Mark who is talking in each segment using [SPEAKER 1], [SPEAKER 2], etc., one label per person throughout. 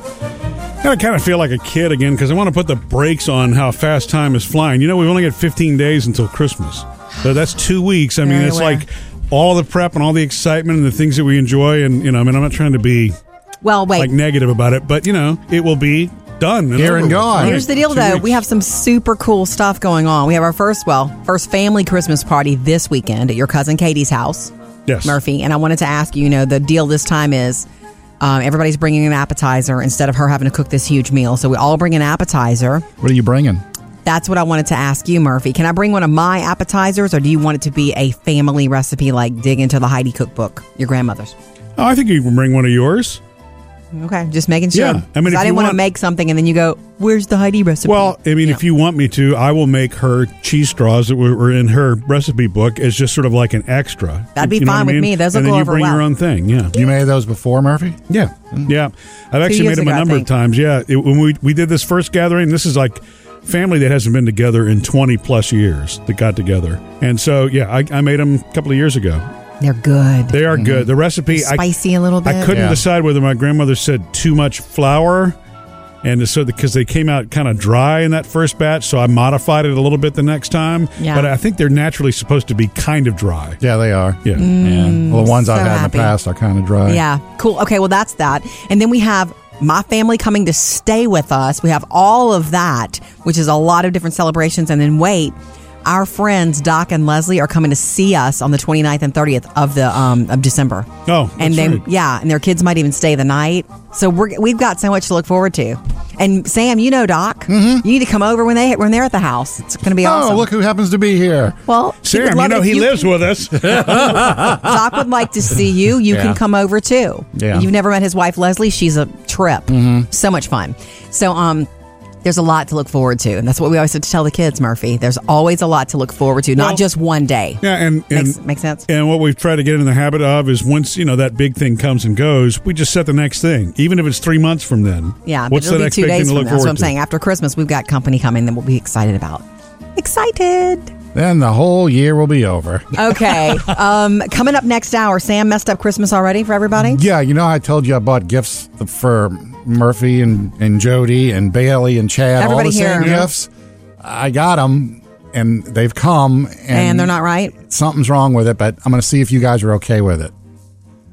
[SPEAKER 1] And I kind of feel like a kid again because I want to put the brakes on how fast time is flying. You know, we've only got 15 days until Christmas. So that's two weeks. I mean,
[SPEAKER 2] Very
[SPEAKER 1] it's
[SPEAKER 2] aware.
[SPEAKER 1] like all the prep and all the excitement and the things that we enjoy. And, you know, I mean, I'm not trying to be
[SPEAKER 2] Well, wait.
[SPEAKER 1] like negative about it, but, you know, it will be done.
[SPEAKER 3] Here
[SPEAKER 1] over
[SPEAKER 3] and
[SPEAKER 1] with.
[SPEAKER 3] gone.
[SPEAKER 1] Right.
[SPEAKER 2] Here's the deal,
[SPEAKER 1] Two
[SPEAKER 2] though.
[SPEAKER 1] weeks.
[SPEAKER 2] We have some super cool stuff going on. We have our first, well, first family Christmas party this weekend at your cousin Katie's house,
[SPEAKER 1] yes.
[SPEAKER 2] Murphy. And I wanted to ask you, you know, the deal this time is um, everybody's bringing an appetizer instead of her having to cook this huge meal. So we all bring an appetizer.
[SPEAKER 3] What are you bringing?
[SPEAKER 2] That's what I wanted to ask you, Murphy. Can I bring one of my appetizers, or do you want it to be a family recipe like dig into the Heidi cookbook, your grandmother's?
[SPEAKER 1] Oh, I think you can bring one of yours.
[SPEAKER 2] Okay, just making sure.
[SPEAKER 1] Yeah, I mean,
[SPEAKER 2] 'Cause
[SPEAKER 1] if you
[SPEAKER 2] didn't want to
[SPEAKER 1] want-
[SPEAKER 2] make something and then you go, "Where's the Heidi recipe?"
[SPEAKER 1] Well, I mean, if you want me to, I will make her cheese straws that were were in her recipe book as just sort of like an extra.
[SPEAKER 2] That'd be
[SPEAKER 1] You know
[SPEAKER 2] fine
[SPEAKER 1] what I
[SPEAKER 2] with
[SPEAKER 1] mean?
[SPEAKER 2] me. Those will
[SPEAKER 1] and then
[SPEAKER 2] go
[SPEAKER 1] you
[SPEAKER 2] over
[SPEAKER 1] bring your
[SPEAKER 2] well.
[SPEAKER 1] own thing. Yeah.
[SPEAKER 3] You made those before, Murphy?
[SPEAKER 1] Yeah, yeah. I've actually
[SPEAKER 2] years
[SPEAKER 1] made them
[SPEAKER 2] ago,
[SPEAKER 1] a
[SPEAKER 2] I
[SPEAKER 1] number of
[SPEAKER 2] think.
[SPEAKER 1] times. Yeah, It- when we we did this first gathering, this is like family that hasn't been together in twenty plus years that got together, and so yeah, I, I made them a couple of years ago.
[SPEAKER 2] they're good.
[SPEAKER 1] They are good. The recipe,
[SPEAKER 2] They're spicy a little bit.
[SPEAKER 1] I couldn't
[SPEAKER 3] Yeah.
[SPEAKER 1] decide whether my grandmother said too much flour. And so, because they came out kind of dry in that first batch, so I modified it a little bit the next time.
[SPEAKER 2] Yeah.
[SPEAKER 1] But I think they're naturally supposed to be kind of dry.
[SPEAKER 3] Yeah, they are.
[SPEAKER 1] Yeah.
[SPEAKER 3] yeah. Well, the ones I've
[SPEAKER 2] Mm, so
[SPEAKER 3] had
[SPEAKER 2] happy.
[SPEAKER 3] in the past are kind of dry.
[SPEAKER 2] Yeah, cool. Okay, well, that's that. And then we have my family coming to stay with us. We have all of that, which is a lot of different celebrations. And then wait, our friends Doc and Leslie are coming to see us on the 29th and 30th of the um, of December.
[SPEAKER 1] Oh,
[SPEAKER 2] and
[SPEAKER 1] that's
[SPEAKER 2] they
[SPEAKER 1] right.
[SPEAKER 2] yeah, and their kids might even stay the night. So we're, we've got so much to look forward to. And Sam, you know Doc,
[SPEAKER 1] Mm-hmm.
[SPEAKER 2] you need to come over when they when they're at the house. It's going to be
[SPEAKER 3] Oh,
[SPEAKER 2] awesome.
[SPEAKER 3] look who happens to be here.
[SPEAKER 2] well, he would
[SPEAKER 1] Sam, you
[SPEAKER 2] love
[SPEAKER 1] know
[SPEAKER 2] if
[SPEAKER 1] he
[SPEAKER 2] you
[SPEAKER 1] lives
[SPEAKER 2] can-
[SPEAKER 1] with us.
[SPEAKER 2] Doc would like to see you. You
[SPEAKER 3] Yeah.
[SPEAKER 2] can come over too.
[SPEAKER 3] Yeah.
[SPEAKER 2] You've never met his wife Leslie. She's a trip.
[SPEAKER 1] Mm-hmm.
[SPEAKER 2] So much fun. So um there's a lot to look forward to. And that's what we always have to tell the kids, Murphy. There's always a lot to look forward to,
[SPEAKER 1] Well-
[SPEAKER 2] not just one day.
[SPEAKER 1] Yeah, and, and
[SPEAKER 2] Makes- makes sense.
[SPEAKER 1] And what we've tried to get in the habit of is once you know that big thing comes and goes, we just set the next thing, even if it's three months from then.
[SPEAKER 2] Yeah,
[SPEAKER 1] what's
[SPEAKER 2] but it'll
[SPEAKER 1] the
[SPEAKER 2] be
[SPEAKER 1] next
[SPEAKER 2] two
[SPEAKER 1] big thing to
[SPEAKER 2] days from now.
[SPEAKER 1] look
[SPEAKER 2] That's
[SPEAKER 1] forward
[SPEAKER 2] what I'm
[SPEAKER 1] to?
[SPEAKER 2] saying. After Christmas, we've got company coming that we'll be excited about. Excited.
[SPEAKER 3] Then the whole year will be over.
[SPEAKER 2] Okay. um, coming up next hour, Sam messed up Christmas already for everybody.
[SPEAKER 3] Yeah, you know, I told you I bought gifts for Murphy and, and Jody and Bailey and Chad.
[SPEAKER 2] Everybody
[SPEAKER 3] all the same
[SPEAKER 2] here.
[SPEAKER 3] gifts. I got them, and they've come, and,
[SPEAKER 2] And they're not right.
[SPEAKER 3] Something's wrong with it, but I'm going to see if you guys are okay with it.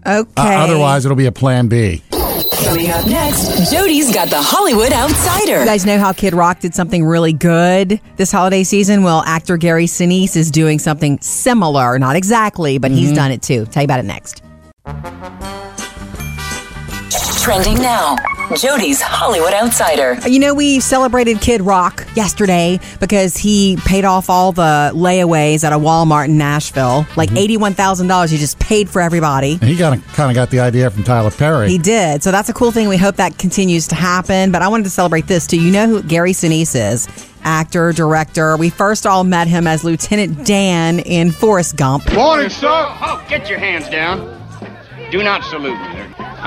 [SPEAKER 1] Uh,
[SPEAKER 2] Okay.
[SPEAKER 3] O- otherwise, it'll be a plan B.
[SPEAKER 4] Coming up next, Jody's got the Hollywood
[SPEAKER 2] You
[SPEAKER 4] Outsider.
[SPEAKER 2] guys know how Kid Rock did something really good this holiday season? Well, actor Gary Sinise is doing something similar, not exactly, but he's done it too. Tell you about it next.
[SPEAKER 4] Trending now. Jody's Hollywood Outsider.
[SPEAKER 2] Uh, You know, we celebrated Kid Rock yesterday because he paid off all the layaways at a Walmart in Nashville. Like $81,000 he just paid for everybody.
[SPEAKER 3] And he got kind of got the idea from Tyler Perry.
[SPEAKER 2] He did. So that's a cool thing. We hope that continues to happen. But I wanted to celebrate this too. You know who Gary Sinise is? Actor, director. We first all met him as Lieutenant Dan in Forrest Gump.
[SPEAKER 5] Morning, sir. Oh, get your hands down. Do not salute.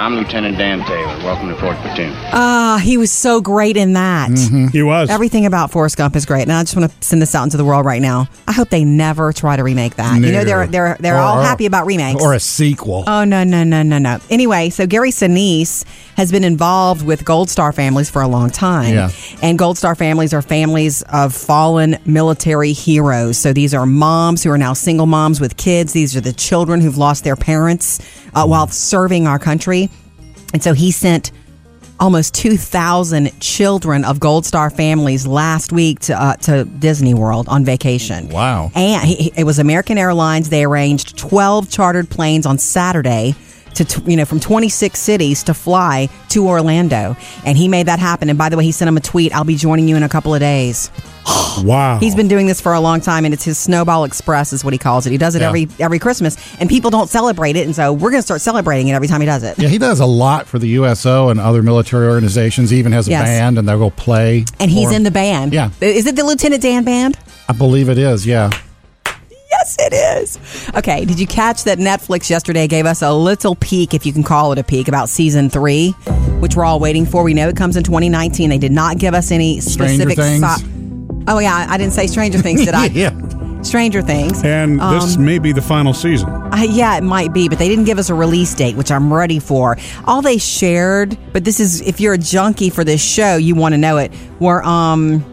[SPEAKER 5] I'm Lieutenant Dan Taylor. Welcome to Fort Platoon.
[SPEAKER 2] Ah, he was so great in that.
[SPEAKER 1] He was.
[SPEAKER 2] Everything about Forrest Gump is great, and I just want to send this out into the world right now. I hope they never try to remake that. Uh, You know, they're they're they're
[SPEAKER 3] Or-
[SPEAKER 2] all happy about remakes.
[SPEAKER 3] or a sequel.
[SPEAKER 2] Oh no no no no no! Anyway, so Gary Sinise has been involved with Gold Star families for a long time,
[SPEAKER 3] Yeah.
[SPEAKER 2] and Gold Star families are families of fallen military heroes. So these are moms who are now single moms with kids. These are the children who've lost their parents uh, while serving our country, and so he sent almost 2,000 children of Gold Star families last week to, uh, to Disney World on vacation.
[SPEAKER 3] Wow.
[SPEAKER 2] And he- he- it was American Airlines. They arranged 12 chartered planes on Saturday. To, t- you know, from 26 cities to fly to Orlando. And he made that happen. And by the way, he sent him a tweet I'll be joining you in a couple of days.
[SPEAKER 1] wow.
[SPEAKER 2] He's been doing this for a long time, and it's his Snowball Express, is what he calls it. He does it
[SPEAKER 3] Yeah.
[SPEAKER 2] every every Christmas, and people don't celebrate it. And so we're going to start celebrating it every time he does it.
[SPEAKER 3] Yeah, he does a lot for the USO and other military organizations. He even has a
[SPEAKER 2] Yes.
[SPEAKER 3] band, and they'll go play.
[SPEAKER 2] And he's
[SPEAKER 3] for
[SPEAKER 2] in
[SPEAKER 3] him.
[SPEAKER 2] the band.
[SPEAKER 3] Yeah.
[SPEAKER 2] Is it the Lieutenant Dan band?
[SPEAKER 3] I believe it is. Yeah.
[SPEAKER 2] Yes, it is. Okay, did you catch that Netflix yesterday gave us a little peek, if you can call it a peek, about season three, which we're all waiting for? We know it comes in 2019. They did not give us any
[SPEAKER 3] Stranger
[SPEAKER 2] specific.
[SPEAKER 3] Things?
[SPEAKER 2] oh, yeah, I didn't say Stranger Things, did I?
[SPEAKER 3] yeah.
[SPEAKER 2] Stranger Things. Um,
[SPEAKER 1] And this may be the final season.
[SPEAKER 2] Uh, yeah, it might be, but they didn't give us a release date, which I'm ready for. All they shared, but this is if you're a junkie for this show, you want to know it, were um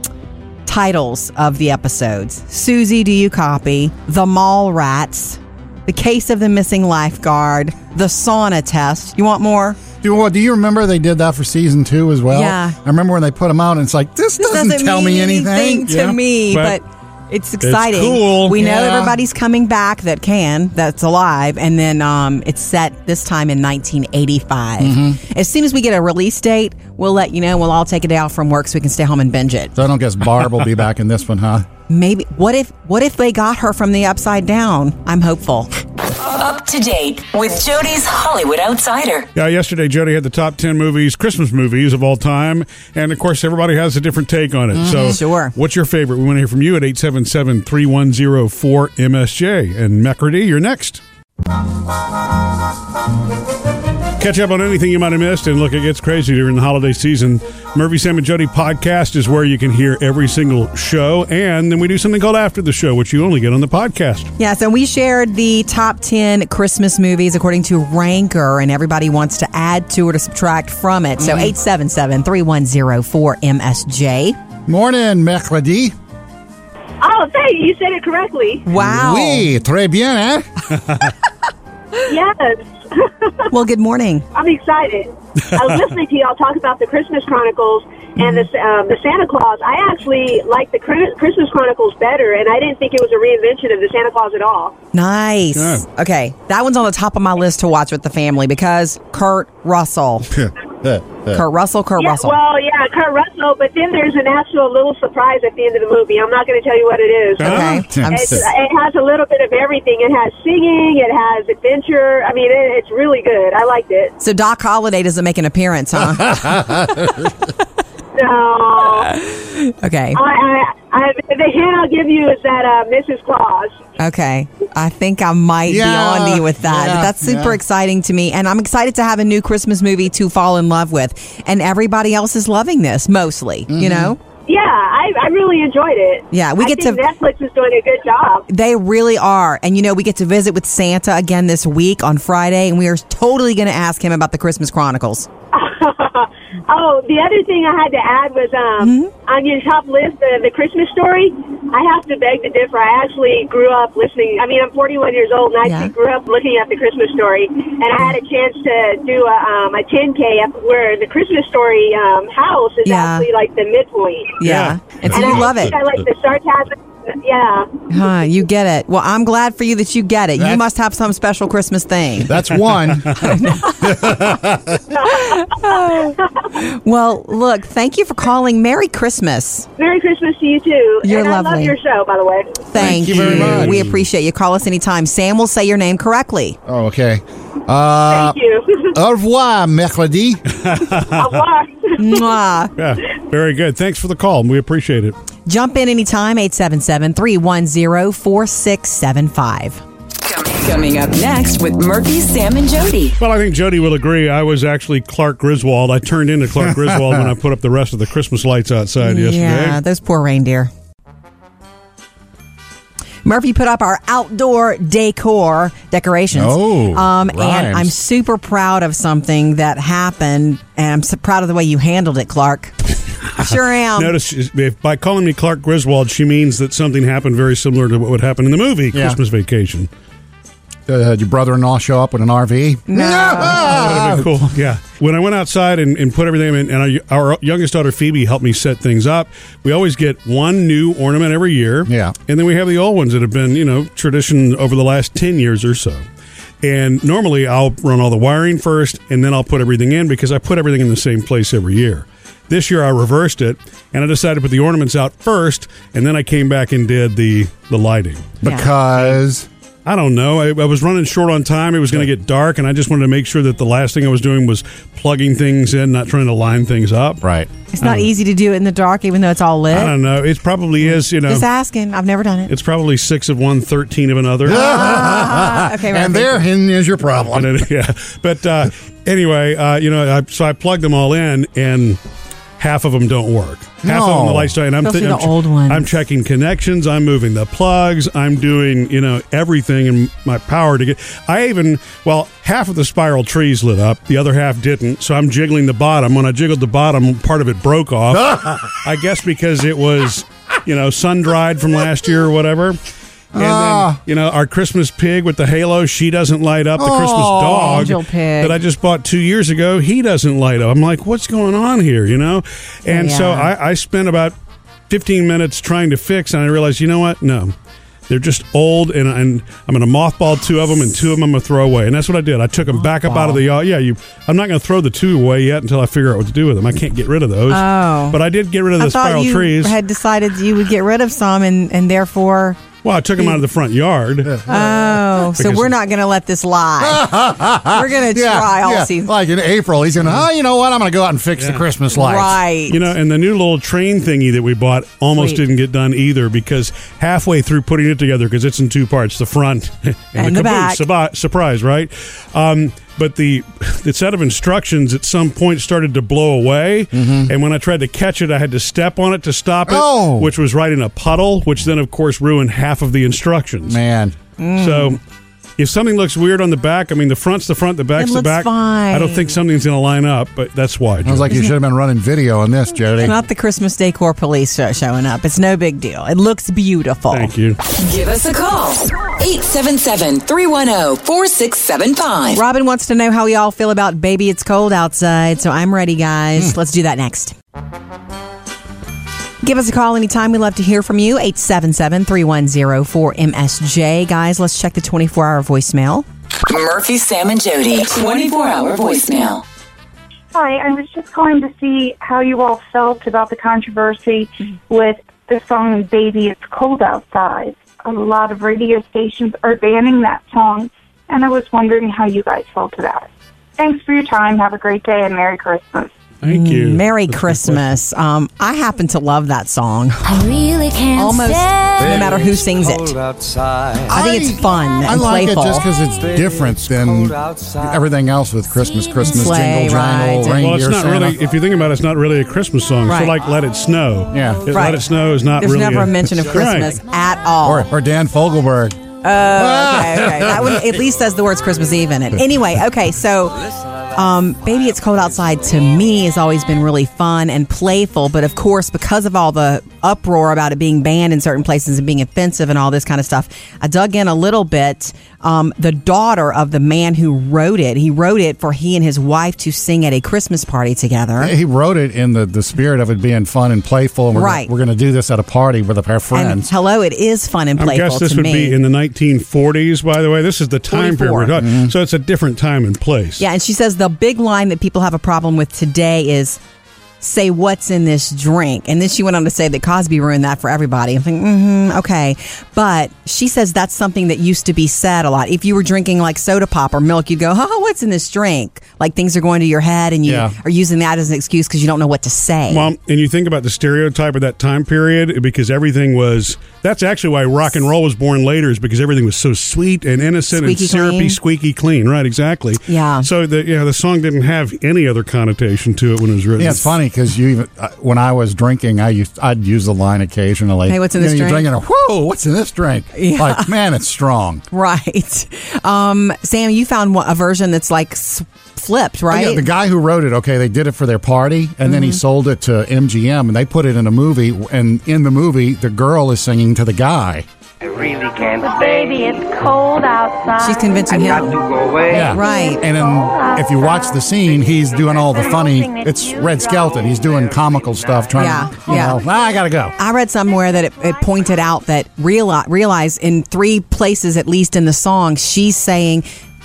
[SPEAKER 2] titles of the episodes. Susie, do you copy? The Mall Rats, The Case of the Missing Lifeguard, The Sauna Test. You want more?
[SPEAKER 3] Do, well, do you remember they did that for season two as well?
[SPEAKER 2] Yeah.
[SPEAKER 3] I remember when they put them out, and it's like this, doesn't, tell me anything.
[SPEAKER 2] to
[SPEAKER 1] Yeah,
[SPEAKER 2] me,
[SPEAKER 1] but
[SPEAKER 2] but. it's exciting.
[SPEAKER 1] cool.
[SPEAKER 2] We know
[SPEAKER 3] Yeah.
[SPEAKER 2] everybody's coming back that can, that's alive, and then um, it's set this time in 1985.
[SPEAKER 3] Mm-hmm.
[SPEAKER 2] As soon as we get a release date, we'll let you know. We'll all take a day off from work so we can stay home and binge it.
[SPEAKER 3] So I don't guess Barb will be back in this one, huh?
[SPEAKER 2] Maybe what if what if they got her from the upside down? I'm hopeful.
[SPEAKER 4] Up to date with Jody's Hollywood Outsider.
[SPEAKER 1] Yeah, yesterday Jody had the top ten movies, Christmas movies of all time, and of course everybody has a different take on it. So,
[SPEAKER 2] Sure.
[SPEAKER 1] what's your favorite? We want to hear from you at 877-310-4MSJ. And McReady, you're next. Catch up on anything you might have missed, and look, it gets crazy during the holiday season. Murphy, Sam, and Jody podcast is where you can hear every single show, and then we do something called After the Show, which you only get on the podcast.
[SPEAKER 2] Yes, and we shared the top 10 Christmas movies according to Ranker, and everybody wants to add to or to subtract from it.
[SPEAKER 3] Mm-hmm.
[SPEAKER 2] So 877 3104 MSJ.
[SPEAKER 3] Morning, mercredi.
[SPEAKER 6] Oh, thank you. You said it correctly.
[SPEAKER 2] Wow.
[SPEAKER 3] Oui, très bien, eh?
[SPEAKER 6] Yes.
[SPEAKER 2] Well, good morning.
[SPEAKER 6] I'm excited. I was listening to y'all talk about the Christmas Chronicles and the, um, the Santa Claus. I actually like the Chri- Christmas Chronicles better, and I didn't think it was a reinvention of the Santa Claus at all.
[SPEAKER 2] Nice.
[SPEAKER 1] Good.
[SPEAKER 2] Okay, that one's on the top of my list to watch with the family because Kurt Russell. Kurt Russell, Kurt
[SPEAKER 6] Yeah,
[SPEAKER 2] Russell.
[SPEAKER 6] well, yeah, Kurt Russell, but then there's an actual little surprise at the end of the movie. I'm not going to tell you what it is.
[SPEAKER 1] Huh?
[SPEAKER 2] okay. I'm
[SPEAKER 6] It's, uh,
[SPEAKER 2] s-
[SPEAKER 6] it has a little bit of everything. It has singing. It has adventure. I mean, it, it's really good. I liked it.
[SPEAKER 2] so Doc Holliday doesn't make an appearance, huh?
[SPEAKER 6] No,
[SPEAKER 2] okay.
[SPEAKER 6] I, I, I, the hint I'll give you is that uh, Mrs. Claus.
[SPEAKER 2] Okay. I think I might
[SPEAKER 3] Yeah,
[SPEAKER 2] be on to you with that.
[SPEAKER 3] yeah,
[SPEAKER 2] That's super
[SPEAKER 3] yeah.
[SPEAKER 2] exciting to me. And I'm excited to have a new Christmas movie to fall in love with. And everybody else is loving this mostly,
[SPEAKER 3] Mm-hmm.
[SPEAKER 2] you know?
[SPEAKER 6] Yeah, I, I really enjoyed it.
[SPEAKER 2] Yeah, we
[SPEAKER 6] I
[SPEAKER 2] get
[SPEAKER 6] think
[SPEAKER 2] to-
[SPEAKER 6] Netflix is doing a good job.
[SPEAKER 2] They really are. And, you know, we get to visit with Santa again this week on Friday, and we are totally going to ask him about the Christmas Chronicles.
[SPEAKER 6] oh, the other thing I had to add was um,
[SPEAKER 2] Hmm?
[SPEAKER 6] on your top list, the, the Christmas story. I have to beg to differ. I actually grew up listening. I mean, I'm 41 years old, and I
[SPEAKER 2] Yeah.
[SPEAKER 6] actually grew up looking at the Christmas story. And I had a chance to do a, um, a 10K up where the Christmas story um, house is
[SPEAKER 2] Yeah.
[SPEAKER 6] actually like the midpoint.
[SPEAKER 2] Yeah. And so
[SPEAKER 6] And
[SPEAKER 2] you
[SPEAKER 6] I
[SPEAKER 2] love it.
[SPEAKER 6] think I like the sarcasm. Yeah.
[SPEAKER 2] Huh, you get it. Well, I'm glad for you that you get it. You
[SPEAKER 3] That's-
[SPEAKER 2] must have some special Christmas thing.
[SPEAKER 3] That's one.
[SPEAKER 2] Well, look, thank you for calling. Merry Christmas.
[SPEAKER 6] Merry Christmas to you, too.
[SPEAKER 2] You're
[SPEAKER 6] and I
[SPEAKER 2] lovely.
[SPEAKER 6] love your show, by the way.
[SPEAKER 2] Thank,
[SPEAKER 3] Thank you very much.
[SPEAKER 2] We appreciate you. Call us anytime. Sam will say your name correctly.
[SPEAKER 3] Oh, okay. Uh,
[SPEAKER 6] Thank you.
[SPEAKER 3] au revoir, mercredi.
[SPEAKER 6] Au revoir.
[SPEAKER 2] Mwah.
[SPEAKER 1] Yeah, very good. Thanks for the call. We appreciate it.
[SPEAKER 2] Jump in anytime, 877-310-4675.
[SPEAKER 4] Coming up next with Murphy, Sam, and Jody.
[SPEAKER 1] Well, I think Jody will agree. I was actually Clark Griswold. I turned into Clark Griswold when I put up the rest of the Christmas lights outside
[SPEAKER 2] Yeah,
[SPEAKER 1] yesterday.
[SPEAKER 2] those poor reindeer. Murphy put up our outdoor decor decorations.
[SPEAKER 3] Oh,
[SPEAKER 2] um, and
[SPEAKER 3] rhymes.
[SPEAKER 2] I'm super proud of something that happened, and I'm so proud of the way you handled it, Clark. sure am.
[SPEAKER 1] Notice if by calling me Clark Griswold, she means that something happened very similar to what would happen in the movie
[SPEAKER 3] Yeah.
[SPEAKER 1] Christmas Vacation.
[SPEAKER 3] Uh, had your brother-in-law show up in an RV? No.
[SPEAKER 1] That'd be
[SPEAKER 2] Oh.
[SPEAKER 1] cool. Yeah. When I went outside and, and put everything in, and our, our youngest daughter Phoebe helped me set things up. We always get one new ornament every year.
[SPEAKER 3] Yeah.
[SPEAKER 1] And then we have the old ones that have been, you know, tradition over the last 10 years or so. And normally I'll run all the wiring first and then I'll put everything in because I put everything in the same place every year. This year I reversed it and I decided to put the ornaments out first and then I came back and did the, the lighting.
[SPEAKER 3] Because
[SPEAKER 1] I don't know. I, I was running short on time. It was going to get dark, and I just wanted to make sure that the last thing I was doing was plugging things in, not trying to line things up.
[SPEAKER 3] right.
[SPEAKER 2] It's not easy to do it in the dark, even though it's all lit.
[SPEAKER 1] Oh. I don't know. It probably is, you know,
[SPEAKER 2] Just asking. I've never done it.
[SPEAKER 1] it's probably six of one, 13 of another.
[SPEAKER 2] Ah, okay, Murphy.
[SPEAKER 3] And therein is your problem.
[SPEAKER 1] And it- yeah. But uh, anyway, uh, you know, I, so I plugged them all in, and half of them don't work. half of them the
[SPEAKER 3] No.
[SPEAKER 1] lights die, and I'm,
[SPEAKER 7] Especially
[SPEAKER 1] I'm
[SPEAKER 7] the old ones.
[SPEAKER 1] I'm checking connections. I'm moving the plugs. I'm doing you know everything in my power to get. I even well half of the spiral trees lit up, the other half didn't. So I'm jiggling the bottom. When I jiggled the bottom, part of it broke off. I guess because it was you know sun dried from last year or whatever. And then, you know, our Christmas pig with the halo, she doesn't light up. The Christmas
[SPEAKER 7] Aw,
[SPEAKER 1] dog
[SPEAKER 7] angel pig.
[SPEAKER 1] that I just bought two years ago, he doesn't light up. I'm like, what's going on here, you know? And so
[SPEAKER 7] Yeah.
[SPEAKER 1] I, I spent about 15 minutes trying to fix, and I realized, you know what? No. They're just old, and, and I'm going to mothball two of them, and two of them I'm going to throw away. And that's what I did. I took them back up out of the yard. Yeah, you. I'm not going to throw the two away yet until I figure out what to do with them. I can't get rid of those.
[SPEAKER 7] Oh.
[SPEAKER 1] But I did get rid of
[SPEAKER 2] I
[SPEAKER 1] the
[SPEAKER 2] thought
[SPEAKER 1] spiral
[SPEAKER 2] you
[SPEAKER 1] trees.
[SPEAKER 2] had decided you would get rid of some, and and therefore,
[SPEAKER 1] well, I took them out of the front yard.
[SPEAKER 2] oh, so
[SPEAKER 1] Because-
[SPEAKER 2] we're not going to let this lie. we're going to try all season,
[SPEAKER 3] Like in April, he's going, oh, you know what? I'm going to go out and fix the Christmas lights.
[SPEAKER 2] right?
[SPEAKER 1] You know, and the new little train thingy that we bought almost
[SPEAKER 7] Sweet.
[SPEAKER 1] didn't get done either because halfway through putting it together, because it's in two parts, the front and,
[SPEAKER 2] And the back.
[SPEAKER 1] surbi- surprise, right? Um, but the the set of instructions at some point started to blow away, and when I tried to catch it, I had to step on it to stop it,
[SPEAKER 3] Oh.
[SPEAKER 1] which was right in a puddle, which then of course ruined half of the instructions.
[SPEAKER 3] Man.
[SPEAKER 1] So. If something looks weird on the back, I mean, the front's the front, the back's the
[SPEAKER 2] looks
[SPEAKER 1] back. I don't
[SPEAKER 2] fine.
[SPEAKER 1] think something's going to line up, but that's why.
[SPEAKER 3] Sounds like you should have been running video on this, Jody.
[SPEAKER 2] It's not the Christmas decor police show showing up. It's no big deal. It looks beautiful.
[SPEAKER 1] Thank you.
[SPEAKER 4] Give us a call. 877 310 4675.
[SPEAKER 2] Robin wants to know how y'all feel about Baby It's Cold Outside, so I'm ready, guys.
[SPEAKER 3] Hmm.
[SPEAKER 2] Let's do that next. Give us a call anytime. We love to hear from you. 877 310 4MSJ. Guys, let's check the 24 hour voicemail.
[SPEAKER 4] Murphy, Sam, and Jody. 24 hour voicemail.
[SPEAKER 8] Hi, I was just calling to see how you all felt about the controversy with the song Baby It's Cold Outside. A lot of radio stations are banning that song, and I was wondering how you guys felt about it. Thanks for your time. Have a great day and Merry Christmas.
[SPEAKER 1] Thank you.
[SPEAKER 2] Merry
[SPEAKER 1] That's a good
[SPEAKER 2] Christmas. Um, I happen to love that song.
[SPEAKER 9] I really can't
[SPEAKER 2] Almost
[SPEAKER 9] stay.
[SPEAKER 2] no matter who sings it. I think it's fun and
[SPEAKER 3] I like
[SPEAKER 2] playful.
[SPEAKER 3] it just because it's different than everything else with Christmas, Christmas,
[SPEAKER 2] Sleigh
[SPEAKER 3] jingle, jangle,
[SPEAKER 2] rides and-
[SPEAKER 3] reindeer,
[SPEAKER 1] Well, it's not
[SPEAKER 3] Santa.
[SPEAKER 1] really. If you think about it, it's not really a Christmas song. So,
[SPEAKER 2] Right.
[SPEAKER 1] like, "Let It Snow."
[SPEAKER 3] Yeah.
[SPEAKER 1] It-
[SPEAKER 2] Right.
[SPEAKER 1] "Let It Snow" is not
[SPEAKER 2] There's
[SPEAKER 1] really.
[SPEAKER 2] never a mention of
[SPEAKER 1] Right.
[SPEAKER 2] Christmas at all.
[SPEAKER 3] or, or Dan Fogelberg.
[SPEAKER 2] okay, okay. That one at least says the words Christmas Eve in it. Anyway, okay, so um, Baby It's Cold Outside to me has always been really fun and playful, but of course, because of all the uproar about it being banned in certain places and being offensive and all this kind of stuff, I dug in a little bit. Um, the daughter of the man who wrote it, he wrote it for he and his wife to sing at a Christmas party together.
[SPEAKER 3] He wrote it in the, the spirit of it being fun and playful. And we're
[SPEAKER 2] Right.
[SPEAKER 3] Gonna, we're going to do this at a party with our
[SPEAKER 2] And
[SPEAKER 3] friends.
[SPEAKER 2] hello, it is fun and
[SPEAKER 1] I
[SPEAKER 2] playful
[SPEAKER 1] guess this
[SPEAKER 2] to
[SPEAKER 1] would
[SPEAKER 2] me.
[SPEAKER 1] be in the 1940s. By the way, this is the time
[SPEAKER 2] 44.
[SPEAKER 1] period,
[SPEAKER 3] Mm-hmm.
[SPEAKER 1] so it's a different time and place.
[SPEAKER 2] Yeah, and she says the big line that people have a problem with today is say what's in this drink. And then she went on to say that Cosby ruined that for everybody. I'm thinking, mm-hmm, okay. But she says that's something that used to be said a lot. If you were drinking like soda pop or milk, you'd go, oh, what's in this drink? Like things are going to your head and you
[SPEAKER 3] Yeah.
[SPEAKER 2] are using that as an excuse because you don't know what to say.
[SPEAKER 1] Well, and you think about the stereotype of that time period because everything was. That's actually why rock and roll was born later, is because everything was so sweet and innocent
[SPEAKER 2] Squeaky
[SPEAKER 1] and syrupy,
[SPEAKER 2] clean.
[SPEAKER 1] squeaky clean. Right? Exactly.
[SPEAKER 2] Yeah.
[SPEAKER 1] So the yeah the song didn't have any other connotation to it when it was written.
[SPEAKER 3] Yeah, it's funny because you even uh, when I was drinking, I used I'd use the line occasionally.
[SPEAKER 2] Hey, what's in
[SPEAKER 3] You
[SPEAKER 2] this
[SPEAKER 3] know,
[SPEAKER 2] drink?
[SPEAKER 3] You're drinking a whoa, what's in this drink? Like man, it's strong.
[SPEAKER 2] right. Um, Sam, you found one- a version that's like s- flipped, right?
[SPEAKER 3] Oh,
[SPEAKER 2] Mm-hmm.
[SPEAKER 3] Yeah, the guy who wrote it, okay, they did it for their party, and then he sold it to MGM, and they put it in a movie. And in the movie, the girl is singing to the guy.
[SPEAKER 5] I really can't
[SPEAKER 8] Baby, it's cold outside.
[SPEAKER 2] She's convincing him.
[SPEAKER 5] go away.
[SPEAKER 3] Yeah,
[SPEAKER 2] Right.
[SPEAKER 3] And then if you watch the scene, he's doing all the funny. It's Red Skelton. He's doing comical stuff, trying.
[SPEAKER 2] Yeah,
[SPEAKER 3] to, you
[SPEAKER 2] yeah.
[SPEAKER 3] know, "Ah, I gotta go.
[SPEAKER 2] I read somewhere that it, it pointed out that realize, realize in three places at least in the song she's saying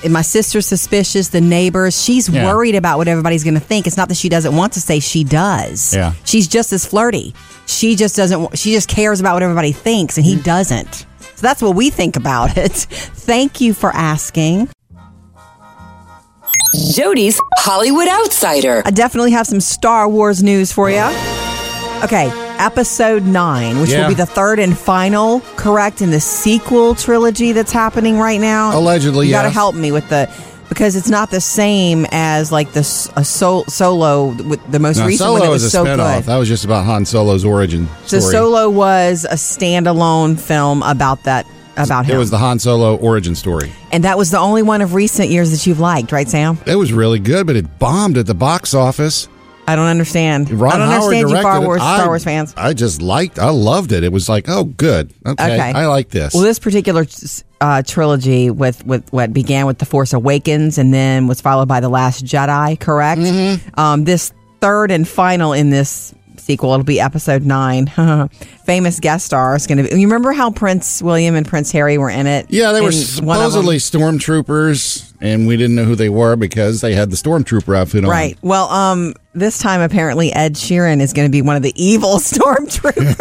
[SPEAKER 2] my sister's suspicious the neighbors she's
[SPEAKER 3] Yeah.
[SPEAKER 2] worried about what everybody's going to think it's not that she doesn't want to say she does
[SPEAKER 3] Yeah.
[SPEAKER 2] she's just as flirty she just doesn't wa- she just cares about what everybody thinks and he
[SPEAKER 3] Mm-hmm.
[SPEAKER 2] doesn't so that's what we think about it thank you for asking
[SPEAKER 4] Jody's Hollywood Outsider.
[SPEAKER 2] I definitely have some Star Wars news for you. Okay, episode nine, which
[SPEAKER 3] Yeah.
[SPEAKER 2] will be the third and final, correct, in the sequel trilogy that's happening right now.
[SPEAKER 3] Allegedly,
[SPEAKER 2] you got to
[SPEAKER 3] yes.
[SPEAKER 2] help me with the because it's not the same as like the s- a sol- solo with the most
[SPEAKER 7] Now,
[SPEAKER 2] recent one
[SPEAKER 7] Solo
[SPEAKER 2] that was
[SPEAKER 7] is a
[SPEAKER 2] so
[SPEAKER 7] spinoff.
[SPEAKER 2] good.
[SPEAKER 7] That was just about Han Solo's origin
[SPEAKER 2] So
[SPEAKER 7] story.
[SPEAKER 2] Solo was a standalone film about that about
[SPEAKER 7] It
[SPEAKER 2] him,
[SPEAKER 7] was the Han Solo origin story.
[SPEAKER 2] and that was the only one of recent years that you've liked, right, Sam?
[SPEAKER 7] It was really good, but it bombed at the box office.
[SPEAKER 2] I don't understand.
[SPEAKER 7] Ron
[SPEAKER 2] I don't
[SPEAKER 7] Howard
[SPEAKER 2] understand you,
[SPEAKER 7] directed
[SPEAKER 2] Star
[SPEAKER 7] it.
[SPEAKER 2] Wars,
[SPEAKER 7] I-
[SPEAKER 2] Star Wars fans.
[SPEAKER 7] I just liked. I loved it. It was like, oh, good. Okay,
[SPEAKER 2] Okay.
[SPEAKER 7] I like this.
[SPEAKER 2] Well, this particular uh, trilogy with, with what began with The Force Awakens and then was followed by The Last Jedi, correct?
[SPEAKER 7] Mm-hmm.
[SPEAKER 2] Um, this third and final in this sequel, it'll be episode nine. Famous guest star is going to be. You remember how Prince William and Prince Harry were in it?
[SPEAKER 7] yeah, they were
[SPEAKER 2] And one of them-
[SPEAKER 7] supposedly stormtroopers, and we didn't know who they were because they had the stormtrooper outfit on.
[SPEAKER 2] Right. Well, um, this time apparently Ed Sheeran is going to be one of the evil stormtroopers.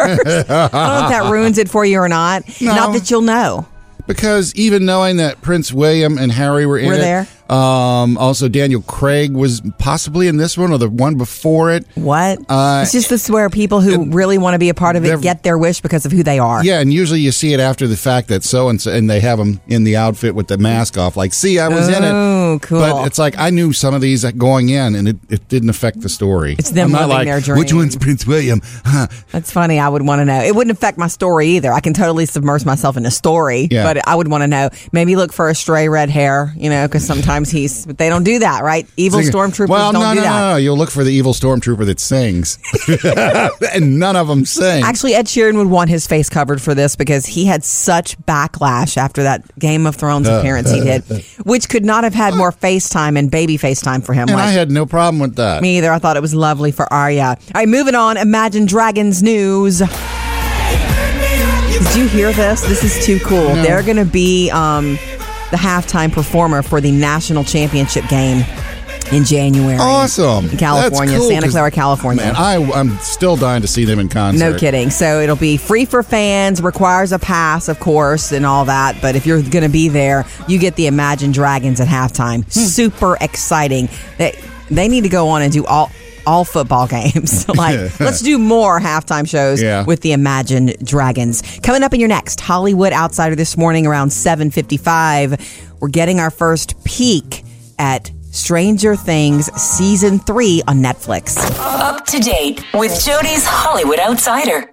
[SPEAKER 2] I don't know if that ruins it for you or not.
[SPEAKER 7] No.
[SPEAKER 2] Not that you'll know.
[SPEAKER 7] Because even knowing that Prince William and Harry were in
[SPEAKER 2] Were
[SPEAKER 7] it,
[SPEAKER 2] there.
[SPEAKER 7] Um, also Daniel Craig was possibly in this one or the one before it.
[SPEAKER 2] What?
[SPEAKER 7] Uh,
[SPEAKER 2] it's just this where people who really want to be a part of
[SPEAKER 7] they're-
[SPEAKER 2] it get their wish because of who they are.
[SPEAKER 7] Yeah, and usually you see it after the fact that so and so, and they have him in the outfit with the mask off. Like, see, I was in it.
[SPEAKER 2] Oh, cool.
[SPEAKER 7] But it's like I knew some of these going in, and it, it didn't affect the story.
[SPEAKER 2] It's them
[SPEAKER 7] I'm not
[SPEAKER 2] living
[SPEAKER 7] like,
[SPEAKER 2] their
[SPEAKER 7] Which
[SPEAKER 2] dream."
[SPEAKER 7] one's Prince William? Huh.
[SPEAKER 2] That's funny. I would want to know. It wouldn't affect my story either. I can totally submerge myself in a story,
[SPEAKER 7] Yeah.
[SPEAKER 2] but I would want to know. Maybe look for a stray red hair, you know, because sometimes he's, but they don't do that, right? Evil stormtroopers
[SPEAKER 7] well,
[SPEAKER 2] don't
[SPEAKER 7] no,
[SPEAKER 2] do
[SPEAKER 7] no,
[SPEAKER 2] that.
[SPEAKER 7] no, no. You'll look for the evil stormtrooper that sings, and none of them sing.
[SPEAKER 2] Actually, Ed Sheeran would want his face covered for this because he had such backlash after that Game of Thrones
[SPEAKER 7] Uh,
[SPEAKER 2] appearance he did, which could not have had more FaceTime and baby FaceTime for him.
[SPEAKER 7] and
[SPEAKER 2] like,
[SPEAKER 7] I had no problem with that.
[SPEAKER 2] Me either. I thought it was lovely for Arya. All right, moving on. Imagine Dragons news. Did you hear this? This is too cool. They're going to be um, the halftime performer for the national championship game in January.
[SPEAKER 7] Awesome.
[SPEAKER 2] In California,
[SPEAKER 7] That's cool,
[SPEAKER 2] Santa
[SPEAKER 7] 'cause-
[SPEAKER 2] Clara, California.
[SPEAKER 7] Man, I, I'm still dying to see them in concert.
[SPEAKER 2] No kidding. So it'll be free for fans, requires a pass, of course, and all that. But if you're going to be there, you get the Imagine Dragons at halftime. Super exciting. They they need to go on and do all all football games. like let's do more halftime shows
[SPEAKER 7] Yeah.
[SPEAKER 2] with the Imagine Dragons. Coming up in your next Hollywood Outsider this morning around 7:55, we're getting our first peek at Stranger Things season 3 on Netflix.
[SPEAKER 4] Up to date with Jody's Hollywood Outsider.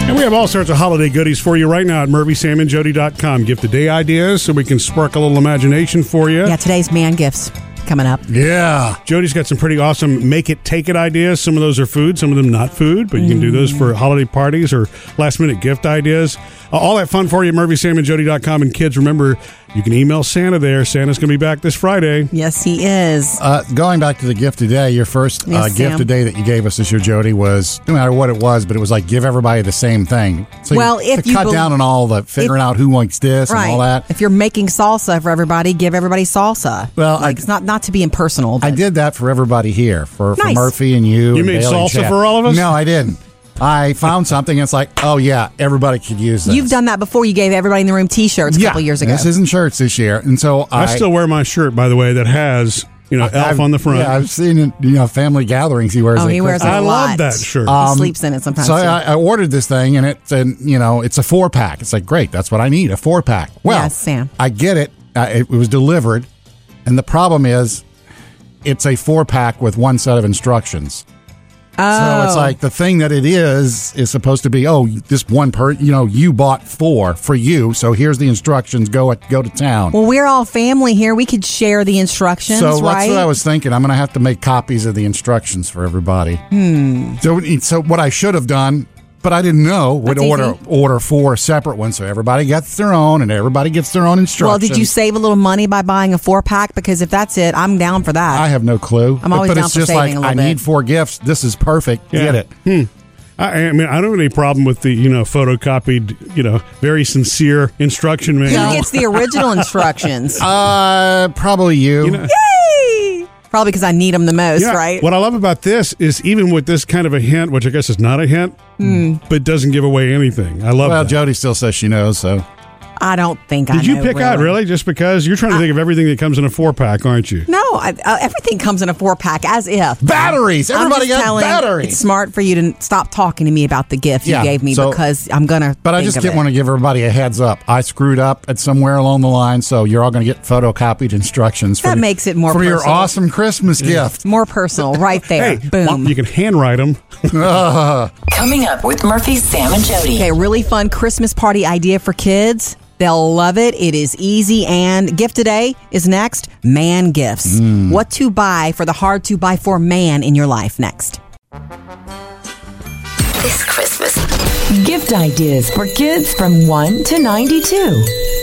[SPEAKER 1] And we have all sorts of holiday goodies for you right now at MurphySamAndJody.com. Gift of day ideas so we can spark a little imagination for you.
[SPEAKER 2] Yeah, today's man gifts coming up.
[SPEAKER 3] Yeah.
[SPEAKER 1] Jody's got some pretty awesome make it, take it ideas. Some of those are food, some of them not food, but you can do those for holiday parties or last minute gift ideas. Uh, all that fun for you at MurphySamAndJody.com. And kids, remember, you can email Santa there. Santa's going to be back this Friday.
[SPEAKER 2] Yes, he is.
[SPEAKER 3] Uh, going back to the gift today, your first
[SPEAKER 2] Yes,
[SPEAKER 3] uh,
[SPEAKER 2] Sam.
[SPEAKER 3] gift today that you gave us this year, Jody, was no matter what it was, but it was like give everybody the same thing. So
[SPEAKER 2] Well, if
[SPEAKER 3] to
[SPEAKER 2] you
[SPEAKER 3] cut
[SPEAKER 2] bel-
[SPEAKER 3] down on all the figuring out who likes this and all that.
[SPEAKER 2] If you're making salsa for everybody, give everybody salsa.
[SPEAKER 3] Well,
[SPEAKER 2] like,
[SPEAKER 3] I-
[SPEAKER 2] it's not not to be impersonal.
[SPEAKER 3] I
[SPEAKER 2] but-
[SPEAKER 3] did that for everybody here for, for
[SPEAKER 2] Nice.
[SPEAKER 3] Murphy and you.
[SPEAKER 1] You
[SPEAKER 3] and
[SPEAKER 1] made
[SPEAKER 3] Bailey and
[SPEAKER 1] salsa
[SPEAKER 3] Chad.
[SPEAKER 1] for all of us?
[SPEAKER 3] No, I didn't. I found something. It's like, oh yeah, everybody could use this.
[SPEAKER 2] You've done that before. You gave everybody in the room T-shirts a
[SPEAKER 3] yeah.
[SPEAKER 2] couple years ago.
[SPEAKER 3] This isn't shirts this year, and so
[SPEAKER 1] I,
[SPEAKER 3] I,
[SPEAKER 1] still wear my shirt, by the way, that has, you know, elf
[SPEAKER 3] I've-
[SPEAKER 1] on the front.
[SPEAKER 3] Yeah, I've seen it. You know, family gatherings. He wears.
[SPEAKER 2] Oh,
[SPEAKER 3] it
[SPEAKER 2] he wears
[SPEAKER 3] Christmas.
[SPEAKER 2] it.
[SPEAKER 1] I
[SPEAKER 2] a
[SPEAKER 1] love
[SPEAKER 2] lot.
[SPEAKER 1] that shirt.
[SPEAKER 2] He sleeps in it sometimes.
[SPEAKER 3] Um, So
[SPEAKER 2] too.
[SPEAKER 3] I, I ordered this thing, and it's and you know it's a four pack. It's like great, that's what I need, a four pack. Well,
[SPEAKER 2] Yes, Sam.
[SPEAKER 3] I get it. Uh, it. It was delivered, and the problem is, it's a four pack with one set of instructions. So
[SPEAKER 2] Oh.
[SPEAKER 3] it's like the thing that it is is supposed to be. Oh, this one per you know you bought four for you, so here's the instructions. Go at, go to town.
[SPEAKER 2] well, we're all family here. We could share the instructions,
[SPEAKER 3] So
[SPEAKER 2] right?
[SPEAKER 3] that's what I was thinking. I'm going to have to make copies of the instructions for everybody. Hmm. So, so what I should have done, but I didn't know, would
[SPEAKER 2] That's
[SPEAKER 3] order
[SPEAKER 2] easy.
[SPEAKER 3] order four separate ones so everybody gets their own and everybody gets their own instructions.
[SPEAKER 2] well, did you save a little money by buying a four pack? Because if that's it, I'm down for that.
[SPEAKER 3] I have no clue.
[SPEAKER 2] I'm always
[SPEAKER 3] but, but
[SPEAKER 2] down
[SPEAKER 3] it's
[SPEAKER 2] for
[SPEAKER 3] just
[SPEAKER 2] saving
[SPEAKER 3] like
[SPEAKER 2] a
[SPEAKER 3] I
[SPEAKER 2] little
[SPEAKER 3] need
[SPEAKER 2] bit.
[SPEAKER 3] four gifts. This is perfect.
[SPEAKER 1] Yeah. Hmm.
[SPEAKER 3] Get it.
[SPEAKER 1] I, I mean, I don't have any problem with the you know photocopied, you know, very sincere instruction manual.
[SPEAKER 2] Who gets the original instructions?
[SPEAKER 3] Uh, probably you.
[SPEAKER 1] You know-
[SPEAKER 2] Probably because I need them the most,
[SPEAKER 1] Yeah.
[SPEAKER 2] right?
[SPEAKER 1] What I love about this is even with this kind of a hint, which I
[SPEAKER 2] Hmm.
[SPEAKER 1] guess is not a hint, but doesn't give away anything. I love
[SPEAKER 3] well,
[SPEAKER 1] that.
[SPEAKER 3] Jody still says she knows, so
[SPEAKER 2] I don't think I
[SPEAKER 1] Did you
[SPEAKER 2] know,
[SPEAKER 1] pick out really just because you're trying to think of everything that comes in a four pack, aren't you?
[SPEAKER 2] No, I, uh, everything comes in a four pack as if.
[SPEAKER 7] Batteries.
[SPEAKER 2] I'm
[SPEAKER 7] Everybody
[SPEAKER 2] just
[SPEAKER 7] got
[SPEAKER 2] telling you,
[SPEAKER 7] batteries.
[SPEAKER 2] It's smart for you to n- stop talking to me about the gift
[SPEAKER 3] Yeah,
[SPEAKER 2] you gave me
[SPEAKER 3] so-
[SPEAKER 2] because I'm gonna.
[SPEAKER 3] But I
[SPEAKER 2] think
[SPEAKER 3] just
[SPEAKER 2] of
[SPEAKER 3] didn't
[SPEAKER 2] it.
[SPEAKER 3] want to give everybody a heads up. I screwed up at somewhere along the line, so you're all going to get photocopied instructions. For
[SPEAKER 2] That makes it more
[SPEAKER 3] for your
[SPEAKER 2] personal.
[SPEAKER 3] awesome Christmas gift.
[SPEAKER 2] more personal right there. Boom.
[SPEAKER 1] you can handwrite them.
[SPEAKER 4] Coming up with Murphy, Sam, and Jody.
[SPEAKER 2] Okay, really fun Christmas party idea for kids. They'll love it. It is easy. And gift today is next man gifts.
[SPEAKER 3] Hmm.
[SPEAKER 2] What to buy for the hard to buy for man in your life next.
[SPEAKER 4] This Christmas. Gift ideas for kids from 1 to 92.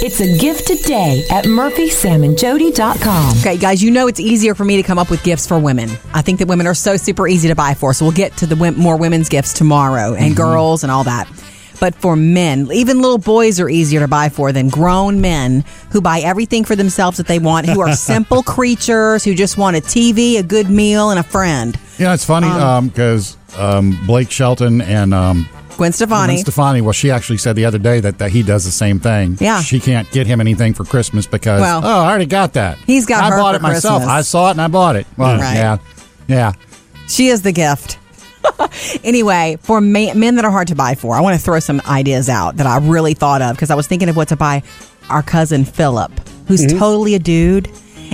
[SPEAKER 4] It's a gift today at murphysamandjody.com.
[SPEAKER 2] Okay, guys, you know it's easier for me to come up with gifts for women. I think that women are so super easy to buy for. So we'll get to the wom- more women's gifts tomorrow and girls and all that. But for men, even little boys are easier to buy for than grown men who buy everything for themselves that they want, who are simple creatures who just want a TV, a good meal, and a friend.
[SPEAKER 3] You know, it's funny because um, Blake Shelton and um,
[SPEAKER 2] Gwen Stefani.
[SPEAKER 3] Gwen Stefani, well, she actually said the other day that, that he does the same thing.
[SPEAKER 2] Yeah.
[SPEAKER 3] She can't get him anything for Christmas because,
[SPEAKER 2] Well,
[SPEAKER 3] oh, I already got that.
[SPEAKER 2] he's got
[SPEAKER 3] I
[SPEAKER 2] her
[SPEAKER 3] bought
[SPEAKER 2] for
[SPEAKER 3] it myself.
[SPEAKER 2] Christmas.
[SPEAKER 3] I saw it and I bought it. Well,
[SPEAKER 2] Right.
[SPEAKER 3] yeah. Yeah.
[SPEAKER 2] She is the gift. anyway, for ma- men that are hard to buy for, I want to throw some ideas out that I really thought of because I was thinking of what to buy our cousin Philip, who's
[SPEAKER 3] Mm-hmm.
[SPEAKER 2] totally a dude,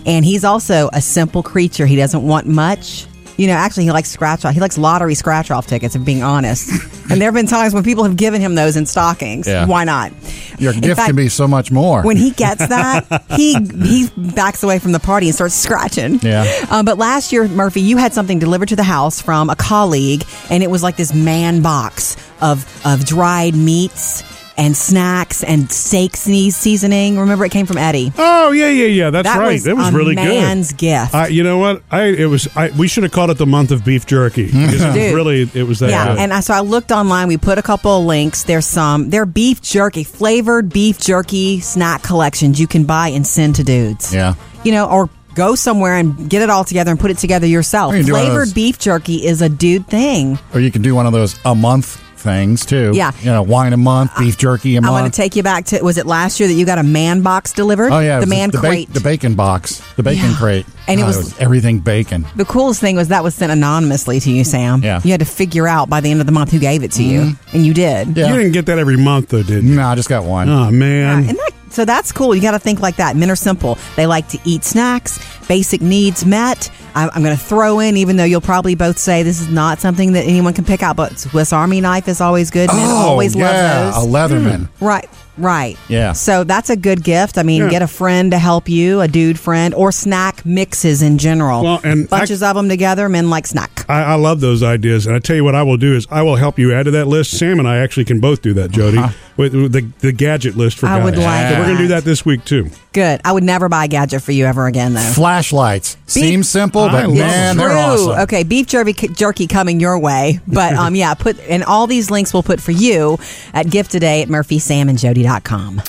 [SPEAKER 2] and he's also a simple creature. He doesn't want much. You know, actually, he likes scratch off. He likes lottery scratch off tickets. If being honest, and there have been times when people have given him those in stockings.
[SPEAKER 3] Yeah.
[SPEAKER 2] Why not?
[SPEAKER 3] Your
[SPEAKER 2] In
[SPEAKER 3] gift
[SPEAKER 2] fact,
[SPEAKER 3] can be so much more.
[SPEAKER 2] when he gets that, he he backs away from the party and starts scratching.
[SPEAKER 3] Yeah.
[SPEAKER 2] Um, but last year, Murphy, you had something delivered to the house from a colleague, and it was like this man box of of dried meats and snacks and steak sneeze seasoning. Remember, it came from Eddie.
[SPEAKER 1] Oh yeah, yeah, yeah. That's
[SPEAKER 2] That
[SPEAKER 1] right.
[SPEAKER 2] was
[SPEAKER 1] that was
[SPEAKER 2] a
[SPEAKER 1] really
[SPEAKER 2] man's
[SPEAKER 1] good.
[SPEAKER 2] gift.
[SPEAKER 1] I, you know what? I it was. I we should have called it the month of beef jerky. Because it was
[SPEAKER 2] Dude.
[SPEAKER 1] really, it was that.
[SPEAKER 2] Yeah,
[SPEAKER 1] good.
[SPEAKER 2] and I, so I looked online. We put a couple of links. There's some. They're beef jerky, flavored beef jerky snack collections you can buy and send to dudes.
[SPEAKER 3] Yeah.
[SPEAKER 2] you know, or go somewhere and get it all together and put it together yourself.
[SPEAKER 3] Or you can do one of
[SPEAKER 2] Flavored
[SPEAKER 3] those-
[SPEAKER 2] beef jerky is a dude thing.
[SPEAKER 3] Or you can do one of those a month things too.
[SPEAKER 2] Yeah.
[SPEAKER 3] You know, wine a month, beef jerky a
[SPEAKER 2] I
[SPEAKER 3] month.
[SPEAKER 2] want to take you back to was it last year that you got a man box delivered?
[SPEAKER 3] Oh yeah, it
[SPEAKER 2] the
[SPEAKER 3] was
[SPEAKER 2] man
[SPEAKER 3] the, ba-
[SPEAKER 2] crate.
[SPEAKER 3] the bacon box, the bacon
[SPEAKER 2] Yeah.
[SPEAKER 3] crate,
[SPEAKER 2] And it
[SPEAKER 3] Oh,
[SPEAKER 2] was-
[SPEAKER 3] everything bacon.
[SPEAKER 2] the coolest thing was that was sent anonymously to you, Sam.
[SPEAKER 3] Yeah. Mm-hmm.
[SPEAKER 2] You had to figure out by the end of the month who gave it to you, and you did.
[SPEAKER 1] You didn't get that every month though, did you?
[SPEAKER 3] No, I just got one.
[SPEAKER 1] Oh man.
[SPEAKER 2] And that, so that's cool. You got to think like that. Men are simple. They like to eat snacks, basic needs met. I'm, I'm going to throw in, even though you'll probably both say this is not something that anyone can pick out, but Swiss Army knife is always good. Men
[SPEAKER 3] oh
[SPEAKER 2] always
[SPEAKER 3] yeah,
[SPEAKER 2] love those.
[SPEAKER 3] a Leatherman.
[SPEAKER 2] Right, right.
[SPEAKER 3] Yeah.
[SPEAKER 2] So that's a good gift. I mean,
[SPEAKER 1] Yeah.
[SPEAKER 2] get a friend to help you, a dude friend, or snack mixes in general.
[SPEAKER 1] Well, and
[SPEAKER 2] bunches of them together. Men like snack.
[SPEAKER 1] I, I love those ideas, and I tell you what I will do is I will help you add to that list. Sam and I actually can both do that, Jody, with, with the the gadget list for
[SPEAKER 2] I
[SPEAKER 1] guys.
[SPEAKER 2] would like
[SPEAKER 1] So we're gonna do
[SPEAKER 2] that.
[SPEAKER 1] that this week too.
[SPEAKER 2] Good. I would never buy a gadget for you ever again, though.
[SPEAKER 3] Flashlights seems simple,
[SPEAKER 1] I
[SPEAKER 3] but
[SPEAKER 1] love them.
[SPEAKER 3] man, they're
[SPEAKER 2] True.
[SPEAKER 3] awesome.
[SPEAKER 2] Okay, beef jerky, jerky coming your way. But um, yeah, put and all these links we'll put for you at gift today at murphysamandjody.com.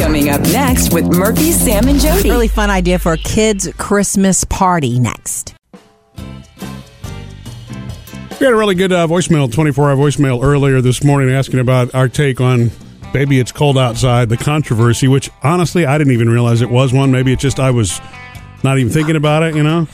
[SPEAKER 4] Coming up next with Murphy, Sam, and Jody.
[SPEAKER 2] Really fun idea for a kids' Christmas party next.
[SPEAKER 1] We had a really good uh, voicemail, 24 hour voicemail earlier this morning asking about our take on Baby It's Cold Outside, the controversy, which honestly, I didn't even realize it was one. Maybe it's just I was not even thinking about it, you know?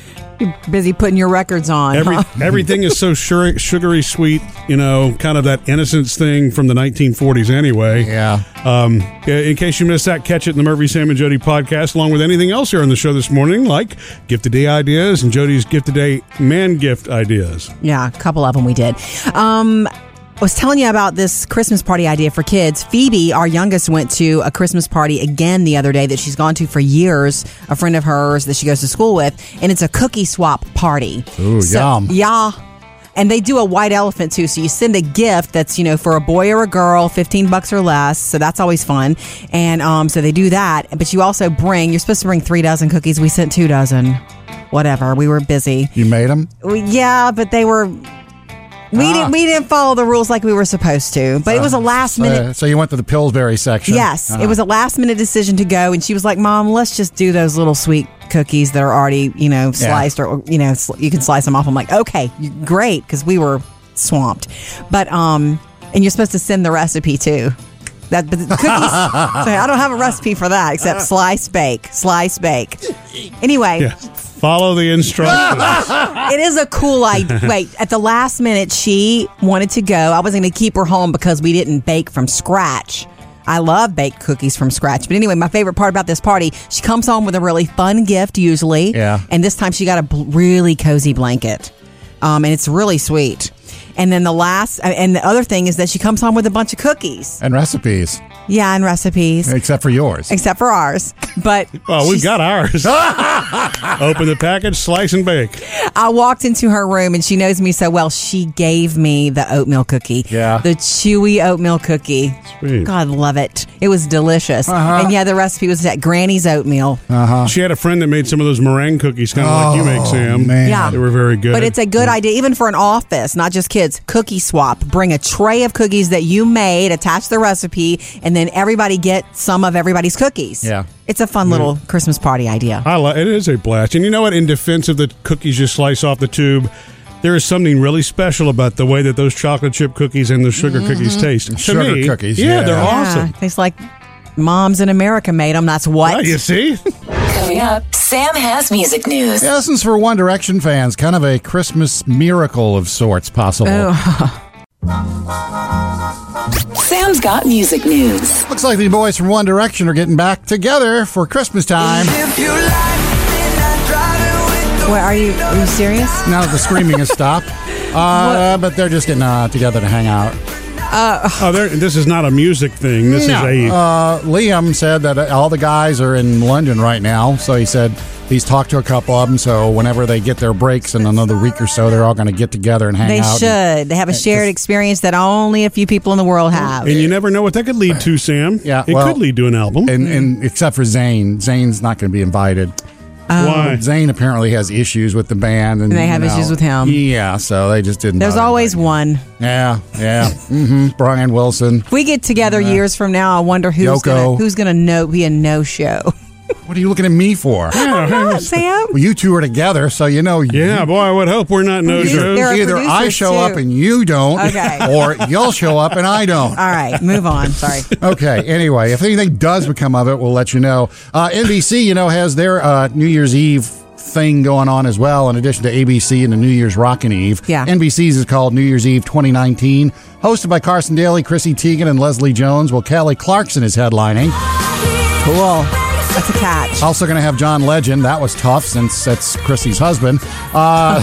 [SPEAKER 2] Busy putting your records on.
[SPEAKER 1] Every,
[SPEAKER 2] huh?
[SPEAKER 1] everything is so sure, sugary sweet, you know, kind of that innocence thing from the 1940s anyway.
[SPEAKER 3] Yeah.
[SPEAKER 1] Um, in case you missed that, catch it in the Murphy, Sam, and Jody podcast, along with anything else here on the show this morning, like Gift of Day ideas and Jody's Gift of Day man gift ideas.
[SPEAKER 2] Yeah, a couple of them we did. Um, I was telling you about this Christmas party idea for kids. Phoebe, our youngest, went to a Christmas party again the other day that she's gone to for years. A friend of hers that she goes to school with, and it's a cookie swap party.
[SPEAKER 3] Ooh, yum.
[SPEAKER 2] Yeah. And they do a white elephant too. So you send a gift that's, you know, for a boy or a girl, 15 bucks or less. So that's always fun. And um, so they do that. But you also bring, you're supposed to bring three dozen cookies. We sent two dozen. Whatever. We were busy.
[SPEAKER 3] You made them.
[SPEAKER 2] Well, yeah, but they were. We
[SPEAKER 3] Ah.
[SPEAKER 2] didn't. We didn't follow the rules like we were supposed to. But it was a last minute.
[SPEAKER 3] Uh, So, so you went to the Pillsbury section. Uh-huh.
[SPEAKER 2] Yes, it was a last minute decision to go, and she was like, "Mom, let's just do those little sweet cookies that are already, you know, sliced or you know, sl- you can slice them off." I'm like, "Okay, you- great," because we were swamped. But um, and you're supposed to send the recipe too. That but the cookies. sorry, I don't have a recipe for that except slice bake, slice bake. Anyway,
[SPEAKER 1] Yeah. Follow the instructions.
[SPEAKER 2] it is a cool idea. Wait, at the last minute, she wanted to go. I was going to keep her home because we didn't bake from scratch. I love baked cookies from scratch. But anyway, my favorite part about this party, she comes home with a really fun gift usually.
[SPEAKER 3] Yeah.
[SPEAKER 2] And this time she got a bl- really cozy blanket. Um, and it's really sweet. And then the last, uh, and the other thing is that she comes home with a bunch of cookies.
[SPEAKER 3] and recipes,
[SPEAKER 2] Yeah, and recipes,
[SPEAKER 3] except for yours.
[SPEAKER 2] except for ours. But
[SPEAKER 1] well, Oh, we've
[SPEAKER 2] she's-
[SPEAKER 1] got ours. Open the package, slice and bake.
[SPEAKER 2] I walked into her room and she knows me so well. She gave me the oatmeal cookie.
[SPEAKER 3] Yeah.
[SPEAKER 2] The chewy oatmeal cookie.
[SPEAKER 1] Sweet.
[SPEAKER 2] God love it. It was delicious.
[SPEAKER 1] Uh-huh.
[SPEAKER 2] And yeah, the recipe was that granny's oatmeal.
[SPEAKER 1] She had a friend that made some of those meringue cookies, kind of like you make, Sam.
[SPEAKER 3] Oh, man.
[SPEAKER 2] Yeah.
[SPEAKER 1] They were very good.
[SPEAKER 2] But it's a good idea, even for an office, not just kids. Cookie swap. Bring a tray of cookies that you made, attach the recipe, and then everybody get some of everybody's cookies.
[SPEAKER 3] Yeah.
[SPEAKER 2] It's a fun little Christmas party idea.
[SPEAKER 1] I li- it is a blast. And you know what? In defense of the cookies you slice off the tube, there is something really special about the way that those chocolate chip cookies and the sugar cookies taste. To
[SPEAKER 3] Mm-hmm. Sugar
[SPEAKER 1] me,
[SPEAKER 3] cookies,
[SPEAKER 1] Yeah,
[SPEAKER 3] yeah.
[SPEAKER 1] they're
[SPEAKER 3] Yeah.
[SPEAKER 1] awesome.
[SPEAKER 2] Yeah, tastes like moms in America made them. That's what.
[SPEAKER 1] Right, you see?
[SPEAKER 4] Coming up, Sam has music news.
[SPEAKER 3] Yeah, this is for One Direction fans, kind of a Christmas miracle of sorts, possible.
[SPEAKER 2] Oh.
[SPEAKER 4] Sam's got music news.
[SPEAKER 3] Looks like the boys from One Direction are getting back together for Christmas time.
[SPEAKER 2] What, are you? Are you serious?
[SPEAKER 3] now that the screaming has stopped, uh, but they're just getting uh, together to hang out.
[SPEAKER 1] Oh, they're- this is not a music thing. This
[SPEAKER 3] No.
[SPEAKER 1] is a.
[SPEAKER 3] Uh, Liam said that all the guys are in London right now, so he said he's talked to a couple of them. So whenever they get their breaks in another week or so, they're all going to get together and hang
[SPEAKER 2] They
[SPEAKER 3] out.
[SPEAKER 2] should. they have a shared experience that only a few people in the world have.
[SPEAKER 1] and you never know what that could lead to, Sam.
[SPEAKER 3] Yeah,
[SPEAKER 1] It
[SPEAKER 3] well-
[SPEAKER 1] could lead to an album.
[SPEAKER 3] And, and except for Zayn, Zayn's not going to be invited.
[SPEAKER 1] Why?
[SPEAKER 2] Oh.
[SPEAKER 3] Zayn apparently has issues with the band, and
[SPEAKER 2] They have
[SPEAKER 3] you know,
[SPEAKER 2] issues with him.
[SPEAKER 3] Yeah, so they just didn't.
[SPEAKER 2] There's
[SPEAKER 3] bother
[SPEAKER 2] always
[SPEAKER 3] inviting him.
[SPEAKER 2] one.
[SPEAKER 3] Yeah, yeah. hmm Brian Wilson.
[SPEAKER 2] If we get together years from now, I wonder who's
[SPEAKER 3] Yoko.
[SPEAKER 2] gonna who's gonna know be a no show.
[SPEAKER 3] What are you looking at me for? Well,
[SPEAKER 2] Not Sam.
[SPEAKER 3] you two are together, so you know.
[SPEAKER 1] Yeah, boy, I would hope we're not no
[SPEAKER 2] These-
[SPEAKER 1] shows.
[SPEAKER 2] they're- There are
[SPEAKER 3] Either I
[SPEAKER 2] producers,
[SPEAKER 3] show
[SPEAKER 2] too.
[SPEAKER 3] up and you don't,
[SPEAKER 2] Okay.
[SPEAKER 3] or you'll show up and I don't.
[SPEAKER 2] All right, move on. Sorry.
[SPEAKER 3] Okay. Anyway, if anything does become of it, we'll let you know. Uh, NBC, you know, has their uh, New Year's Eve thing going on as well, in addition to ABC and the New Year's Rockin' Eve.
[SPEAKER 2] Yeah.
[SPEAKER 3] NBC's is called New Year's Eve 2019, hosted by Carson Daly, Chrissy Teigen, and Leslie Jones. Well, Kelly Clarkson is headlining.
[SPEAKER 2] Cool. That's a catch.
[SPEAKER 3] Also going to have John Legend. That was tough since that's Chrissy's husband. Uh,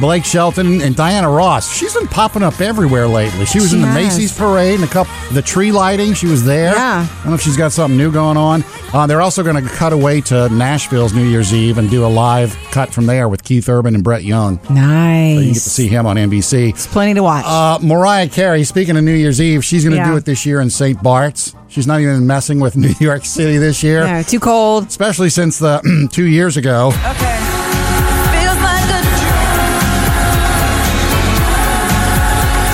[SPEAKER 3] Blake Shelton and Diana Ross. She's been popping up everywhere lately. She was
[SPEAKER 2] She
[SPEAKER 3] in the
[SPEAKER 2] has.
[SPEAKER 3] Macy's parade and a couple the tree lighting. She was there.
[SPEAKER 2] Yeah.
[SPEAKER 3] I don't know if she's got something new going on. Uh, they're also going to cut away to Nashville's New Year's Eve and do a live cut from there with Keith Urban and Brett Young.
[SPEAKER 2] Nice.
[SPEAKER 3] You get to see him on NBC.
[SPEAKER 2] It's plenty to watch.
[SPEAKER 3] Uh, Mariah Carey, speaking of New Year's Eve, she's going to
[SPEAKER 2] Yeah.
[SPEAKER 3] do it this year in St. Bart's. She's not even messing with New York City this year
[SPEAKER 2] no, too cold.
[SPEAKER 3] especially since the two years ago.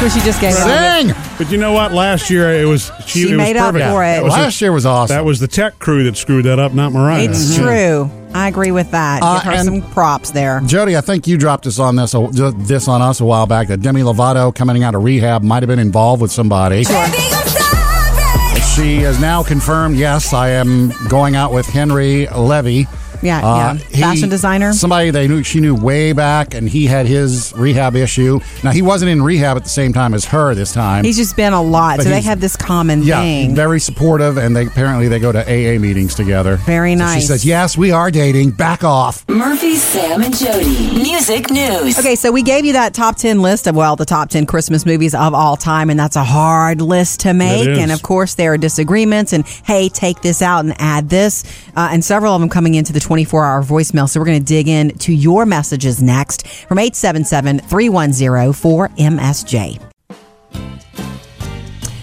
[SPEAKER 2] That's what she just gave. us.
[SPEAKER 3] Sing!
[SPEAKER 1] But you know what? Last year it was she,
[SPEAKER 2] She
[SPEAKER 1] it was
[SPEAKER 2] made up
[SPEAKER 1] perfect.
[SPEAKER 2] for it.
[SPEAKER 1] That was,
[SPEAKER 3] Last year was awesome.
[SPEAKER 1] that was the tech crew that screwed that up, not Mariah.
[SPEAKER 2] It's true. I agree with that.
[SPEAKER 3] Mm-hmm. Uh,
[SPEAKER 2] Give her
[SPEAKER 3] and-
[SPEAKER 2] some props there.
[SPEAKER 3] Jody, I think you dropped us on this uh, this on us a while back that Demi Lovato coming out of rehab might have been involved with somebody. She has now confirmed, yes, I am going out with Henry Levy.
[SPEAKER 2] Yeah, yeah.
[SPEAKER 3] Uh,
[SPEAKER 2] Fashion designer.
[SPEAKER 3] Somebody they knew she knew way back and he had his rehab issue. Now he wasn't in rehab at the same time as her this time.
[SPEAKER 2] He's just been a lot,
[SPEAKER 3] But
[SPEAKER 2] so they
[SPEAKER 3] he's-
[SPEAKER 2] have this common
[SPEAKER 3] Yeah,
[SPEAKER 2] thing.
[SPEAKER 3] very supportive, and they apparently they go to AA meetings together.
[SPEAKER 2] Very
[SPEAKER 3] So
[SPEAKER 2] nice.
[SPEAKER 3] she says, "Yes, we are dating. Back off."
[SPEAKER 4] Murphy, Sam, and Jody. Music news.
[SPEAKER 2] Okay, so we gave you that top 10 list of, well, the top 10 Christmas movies of all time, and that's a hard list to make.
[SPEAKER 1] is.
[SPEAKER 2] And of course, there are disagreements, and hey, take this out and add this, uh, and several of them coming into the 24 hour voicemail. So we're going to dig in to your messages next from 877 310 4MSJ.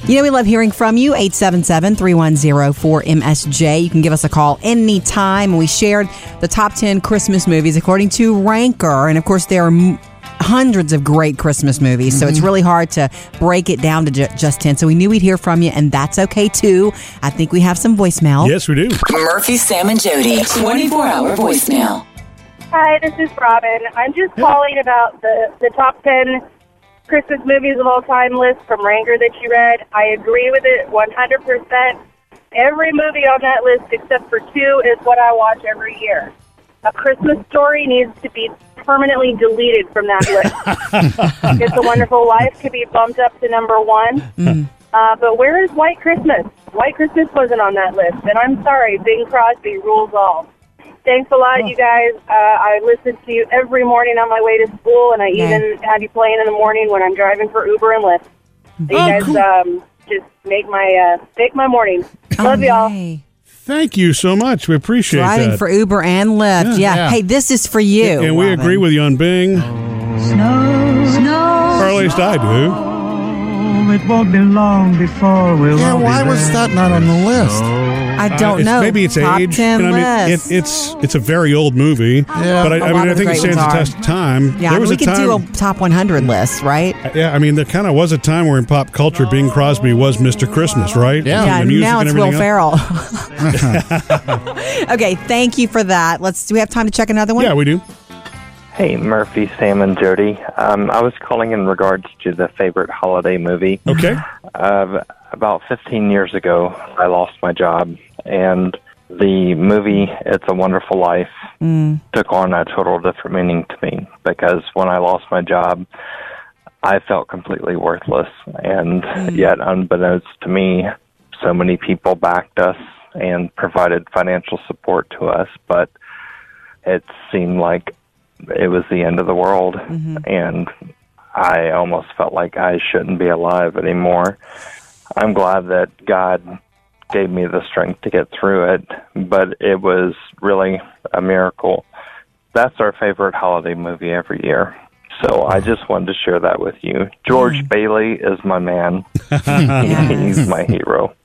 [SPEAKER 2] You know, we love hearing from you, 877 310 4MSJ. You can give us a call anytime. We shared the top 10 Christmas movies according to Ranker. And of course, there are m- hundreds of great Christmas movies. So it's really hard to break it down to ju- just 10. So we knew we'd hear from you, and that's okay too. I think we have some voicemail.
[SPEAKER 1] Yes, we do.
[SPEAKER 4] Murphy, Sam, and Jody. 24 hour voicemail.
[SPEAKER 8] Hi, this is Robin. I'm just calling about the, the top 10 Christmas movies of all time list from Ranger that you read. I agree with it 100%. Every movie on that list, except for two, is what I watch every year. A Christmas story needs to be permanently deleted from that list. it's a Wonderful Life could be bumped up to number one. Uh, but where is White Christmas? White Christmas wasn't on that list, and I'm sorry, Bing Crosby rules all. Thanks a lot, you guys. Uh, I listen to you every morning on my way to school, and I even have you playing in the morning when I'm driving for Uber and Lyft. So
[SPEAKER 2] Oh,
[SPEAKER 8] you guys um, just make my uh, make my morning.
[SPEAKER 2] Oh,
[SPEAKER 8] Love y'all.
[SPEAKER 2] Hey.
[SPEAKER 1] Thank you so much. We appreciate
[SPEAKER 2] Driving
[SPEAKER 1] that.
[SPEAKER 2] for Uber and Lyft. Yeah.
[SPEAKER 3] Yeah.
[SPEAKER 2] Hey, this is for you.
[SPEAKER 1] and we
[SPEAKER 2] Robin.
[SPEAKER 1] agree with you on Bing, or at least I do.
[SPEAKER 9] It won't be long before we'll
[SPEAKER 3] Yeah, why was that not on the list?
[SPEAKER 2] I don't
[SPEAKER 1] uh, It's-
[SPEAKER 2] know.
[SPEAKER 1] Maybe it's
[SPEAKER 2] Top
[SPEAKER 1] age.
[SPEAKER 2] Ten
[SPEAKER 1] and I mean, it,
[SPEAKER 2] list.
[SPEAKER 1] it's it's a very old movie.
[SPEAKER 3] Yeah.
[SPEAKER 1] But I, I
[SPEAKER 2] lot
[SPEAKER 3] A
[SPEAKER 1] mean, I
[SPEAKER 2] of the
[SPEAKER 1] think it
[SPEAKER 2] great
[SPEAKER 1] stands the
[SPEAKER 2] ones are.
[SPEAKER 1] test of time.
[SPEAKER 2] yeah,
[SPEAKER 1] there was
[SPEAKER 2] we
[SPEAKER 1] a
[SPEAKER 2] could
[SPEAKER 1] time.
[SPEAKER 2] do a top 100 list, right?
[SPEAKER 1] yeah, I mean, there kind of was a time where in pop culture, Bing Crosby was Mr. Christmas, right?
[SPEAKER 3] Yeah.
[SPEAKER 1] And
[SPEAKER 2] yeah,
[SPEAKER 1] the music
[SPEAKER 2] now
[SPEAKER 1] and
[SPEAKER 2] it's Will
[SPEAKER 1] everything else.
[SPEAKER 2] Ferrell. okay, thank you for that. Let's. Do we have time to check another one?
[SPEAKER 1] Yeah, we do.
[SPEAKER 10] Hey, Murphy, Sam, and Jody. Um, I was calling in regards to the favorite holiday movie.
[SPEAKER 1] Okay.
[SPEAKER 10] Uh, about 15 years ago, I lost my job, and the movie It's a Wonderful Life took on a total different meaning to me because when I lost my job, I felt completely worthless. And yet, unbeknownst to me, so many people backed us and provided financial support to us, but it seemed like it was the end of the world. And I almost felt like I shouldn't be alive anymore. I'm glad that God gave me the strength to get through it, but it was really a miracle. That's our favorite holiday movie every year. So I just wanted to share that with you. George Bailey is my man.
[SPEAKER 2] Yes.
[SPEAKER 10] He's my hero.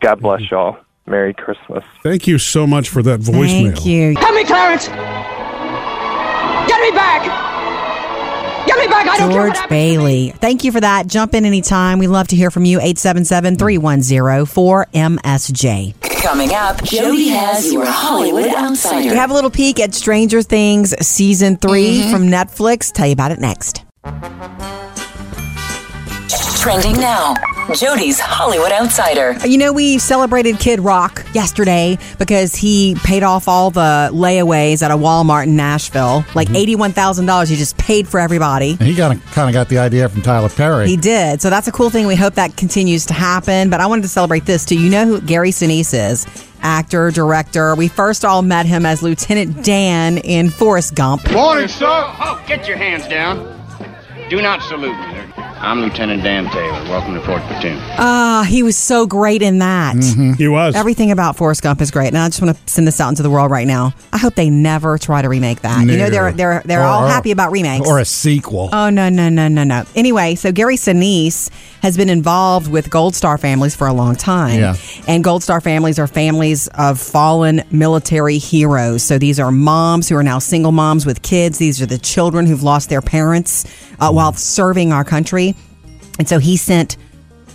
[SPEAKER 10] God bless y'all. Merry Christmas.
[SPEAKER 1] Thank you so much for that voicemail.
[SPEAKER 2] Thank you.
[SPEAKER 9] Help me, Clarence! Get me back! Get me back! I don't care
[SPEAKER 2] George
[SPEAKER 9] what happens.
[SPEAKER 2] Bailey. Thank you for that. Jump in anytime. We love to hear from you. 877 310 4MSJ.
[SPEAKER 4] Coming up, Jody has your Hollywood Outsider.
[SPEAKER 2] We have a little peek at Stranger Things Season 3
[SPEAKER 9] Mm-hmm.
[SPEAKER 2] from Netflix. Tell you about it next.
[SPEAKER 4] Trending now, Jody's Hollywood Outsider.
[SPEAKER 2] You know, we celebrated Kid Rock yesterday because he paid off all the layaways at a Walmart in Nashville. Like $81,000 he just paid for everybody.
[SPEAKER 3] And he got kind of got the idea from Tyler Perry.
[SPEAKER 2] He did. So that's a cool thing. We hope that continues to happen. But I wanted to celebrate this too. You know who Gary Sinise is? Actor, director. We first all met him as Lieutenant Dan in Forrest Gump.
[SPEAKER 5] Morning, sir. Oh, get your hands down. Do not salute me. I'm Lieutenant Dan Taylor. Welcome to Fort Platoon.
[SPEAKER 2] Ah, he was so great in that.
[SPEAKER 1] He was.
[SPEAKER 2] Everything about Forrest Gump is great, and I just want to send this out into the world right now. I hope they never try to remake that. You know, they're they're they're
[SPEAKER 3] Or-
[SPEAKER 2] all happy about remakes.
[SPEAKER 3] Or a sequel.
[SPEAKER 2] Oh no no no no no! Anyway, so Gary Sinise has been involved with Gold Star families for a long time,
[SPEAKER 3] Yeah.
[SPEAKER 2] and Gold Star families are families of fallen military heroes. So these are moms who are now single moms with kids. These are the children who've lost their parents uh, while serving our country, and so he sent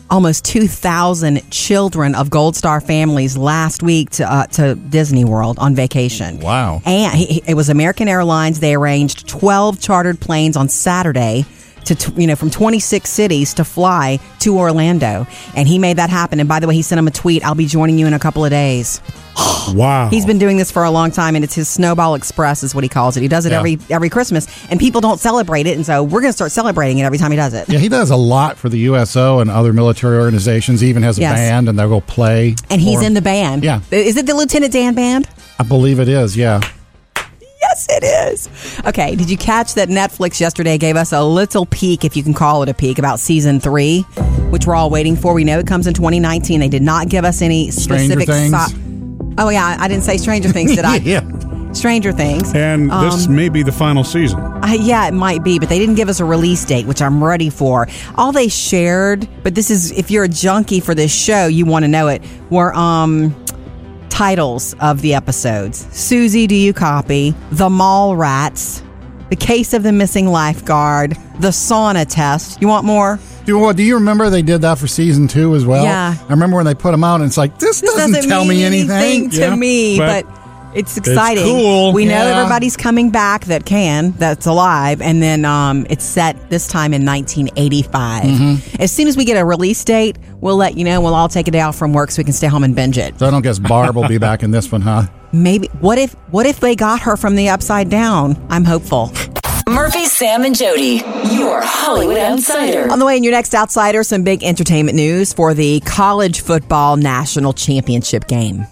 [SPEAKER 2] almost 2,000 children of Gold Star families last week to uh, to Disney World on vacation.
[SPEAKER 3] Wow.
[SPEAKER 2] And he, he- it was American Airlines. They arranged 12 chartered planes on Saturday to t- you know from 26 cities to fly to Orlando, and he made that happen. And by the way, he sent him a tweet. I'll be joining you in a couple of days.
[SPEAKER 1] wow.
[SPEAKER 2] He's been doing this for a long time, and it's his Snowball Express, is what he calls it. He does it
[SPEAKER 3] Yeah.
[SPEAKER 2] every every Christmas, and people don't celebrate it, and so we're going to start celebrating it every time he does it.
[SPEAKER 3] Yeah, he does a lot for the USO and other military organizations. He even has a
[SPEAKER 2] Yes.
[SPEAKER 3] band, and they'll go play.
[SPEAKER 2] And he's
[SPEAKER 3] for
[SPEAKER 2] in
[SPEAKER 3] him.
[SPEAKER 2] the band.
[SPEAKER 3] Yeah.
[SPEAKER 2] is it the Lieutenant Dan band?
[SPEAKER 3] I believe it is. Yeah.
[SPEAKER 2] Yes, it is. Okay, did you catch that Netflix yesterday gave us a little peek, if you can call it a peek, about season three, which we're all waiting for? We know it comes in 2019. They did not give us any
[SPEAKER 3] Stranger
[SPEAKER 2] specific.
[SPEAKER 3] Things.
[SPEAKER 2] oh yeah, I didn't say Stranger Things, did I?
[SPEAKER 3] yeah.
[SPEAKER 2] Stranger Things.
[SPEAKER 1] and this
[SPEAKER 2] um,
[SPEAKER 1] may be the final season.
[SPEAKER 2] Uh, yeah, it might be, but they didn't give us a release date, which I'm ready for. All they shared, but this is if you're a junkie for this show, you want to know it, were um titles of the episodes. Susie, do you copy? The Mall Rats, The Case of the Missing Lifeguard, The Sauna Test. You want more?
[SPEAKER 3] Do well, do you remember they did that for season two as well?
[SPEAKER 2] Yeah.
[SPEAKER 3] I remember when they put them out, and it's like this, doesn't, tell me anything.
[SPEAKER 2] to
[SPEAKER 3] Yeah.
[SPEAKER 2] me,
[SPEAKER 1] But-
[SPEAKER 2] but, It's exciting.
[SPEAKER 1] cool.
[SPEAKER 2] We know
[SPEAKER 1] Yeah.
[SPEAKER 2] everybody's coming back that can, that's alive, and then um, it's set this time in 1985. As soon as we get a release date, we'll let you know. We'll all take a day off from work so we can stay home and binge it.
[SPEAKER 3] So I don't guess Barb will be back in this one, huh?
[SPEAKER 2] Maybe what if what if they got her from the upside down? I'm hopeful.
[SPEAKER 4] Murphy, Sam, and Jody, your Hollywood Outsider.
[SPEAKER 2] On the way in your next outsider, some big entertainment news for the college football national championship game.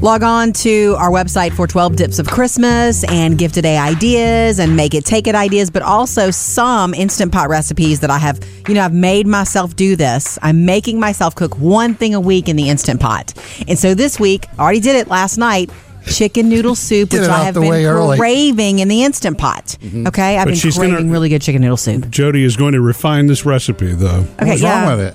[SPEAKER 2] Log on to our website for 12 Dips of Christmas and give today ideas and make it take it ideas, but also some instant pot recipes that I have, you know, I've made myself do this. I'm making myself cook one thing a week in the instant pot. And so this week, I already did it last night. Chicken noodle soup,
[SPEAKER 3] Get
[SPEAKER 2] which
[SPEAKER 3] it
[SPEAKER 2] I
[SPEAKER 3] out
[SPEAKER 2] have
[SPEAKER 3] the
[SPEAKER 2] been
[SPEAKER 3] way early.
[SPEAKER 2] craving in the instant pot. Okay, I've
[SPEAKER 1] Mm-hmm. But
[SPEAKER 2] been
[SPEAKER 1] she's gonna-
[SPEAKER 2] craving really good chicken noodle soup.
[SPEAKER 1] Jody is going to refine this recipe, though.
[SPEAKER 2] Okay,
[SPEAKER 3] What's
[SPEAKER 2] yeah.
[SPEAKER 3] wrong with it?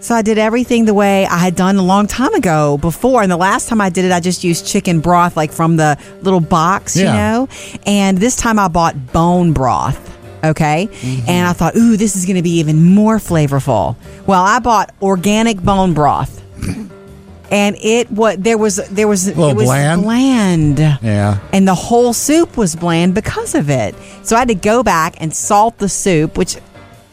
[SPEAKER 2] So I did everything the way I had done a long time ago before. And the last time I did it, I just used chicken broth, like from the little box,
[SPEAKER 3] Yeah.
[SPEAKER 2] you know? And this time I bought bone broth. Okay.
[SPEAKER 3] Mm-hmm.
[SPEAKER 2] And I thought, ooh, this is going to be even more flavorful. Well, I bought organic bone broth. And it what there was there was
[SPEAKER 3] little
[SPEAKER 2] it was
[SPEAKER 3] bland?
[SPEAKER 2] bland.
[SPEAKER 3] Yeah.
[SPEAKER 2] And the whole soup was bland because of it. So I had to go back and salt the soup, which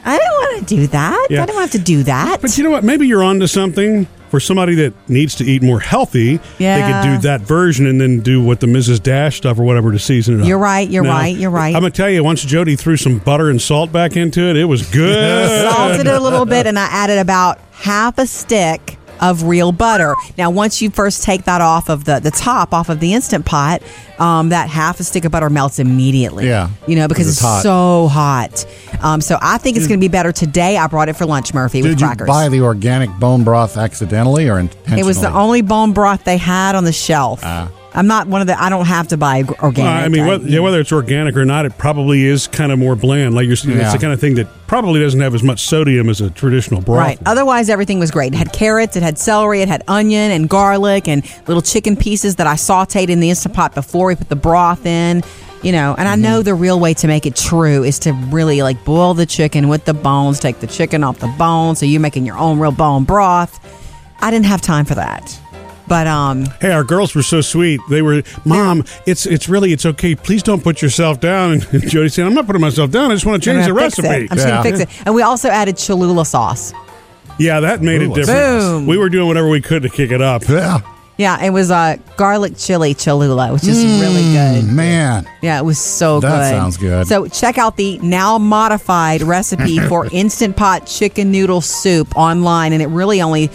[SPEAKER 2] I don't want to do that.
[SPEAKER 1] Yeah.
[SPEAKER 2] I don't have to do that.
[SPEAKER 1] But you know what? Maybe you're onto something for somebody that needs to eat more healthy.
[SPEAKER 2] Yeah.
[SPEAKER 1] They could do that version and then do what the Mrs. Dash stuff or whatever to season it up.
[SPEAKER 2] You're right, you're right, you're right.
[SPEAKER 1] I'm going to tell you, once Jody threw some butter and salt back into it, it was good.
[SPEAKER 2] salted it a little bit and I added about half a stick of real butter. Now, once you first take that off of the, the top, off of the Instant Pot, um, that half a stick of butter melts immediately.
[SPEAKER 3] Yeah,
[SPEAKER 2] You know, because
[SPEAKER 3] 'cause
[SPEAKER 2] it's,
[SPEAKER 3] it's hot.
[SPEAKER 2] so hot. Um, so I think it's going to be better today. I brought it for lunch, Murphy, with
[SPEAKER 3] Did you
[SPEAKER 2] crackers.
[SPEAKER 3] buy the organic bone broth accidentally or intentionally?
[SPEAKER 2] it was the only bone broth they had on the shelf.
[SPEAKER 3] Ah.
[SPEAKER 2] I'm not one of the, I don't have to buy organic.
[SPEAKER 1] Uh, I mean, whether, yeah, whether it's organic or not, it probably is kind of more bland. Like you're, saying, it's
[SPEAKER 3] Yeah.
[SPEAKER 1] the kind of thing that probably doesn't have as much sodium as a traditional broth.
[SPEAKER 2] Right. Otherwise, everything was great. It had carrots, it had celery, it had onion and garlic and little chicken pieces that I sauteed in the Instant Pot before we put the broth in. You know, and I know the real way to make it true is to really like boil the chicken with the bones, take the chicken off the bone, so you're making your own real bone broth. I didn't have time for that. But um
[SPEAKER 1] Hey, our girls were so sweet. They were, Mom, it's it's really it's okay. Please don't put yourself down. And Jody said, I'm not putting myself down. I just want to
[SPEAKER 2] I'm
[SPEAKER 1] change the
[SPEAKER 2] gonna fix it.
[SPEAKER 1] recipe.
[SPEAKER 2] I'm just gonna
[SPEAKER 3] Yeah.
[SPEAKER 2] fix it. And we also added Cholula sauce.
[SPEAKER 1] Yeah, that made
[SPEAKER 3] Ooh,
[SPEAKER 1] it different.
[SPEAKER 2] Boom.
[SPEAKER 1] We were doing whatever we could to kick it up.
[SPEAKER 3] Yeah.
[SPEAKER 2] Yeah, it was uh, garlic chili Cholula, which is really good.
[SPEAKER 3] Man.
[SPEAKER 2] Yeah, it was so good.
[SPEAKER 3] That sounds good.
[SPEAKER 2] So check out the now modified recipe for instant pot chicken noodle soup online, and it really only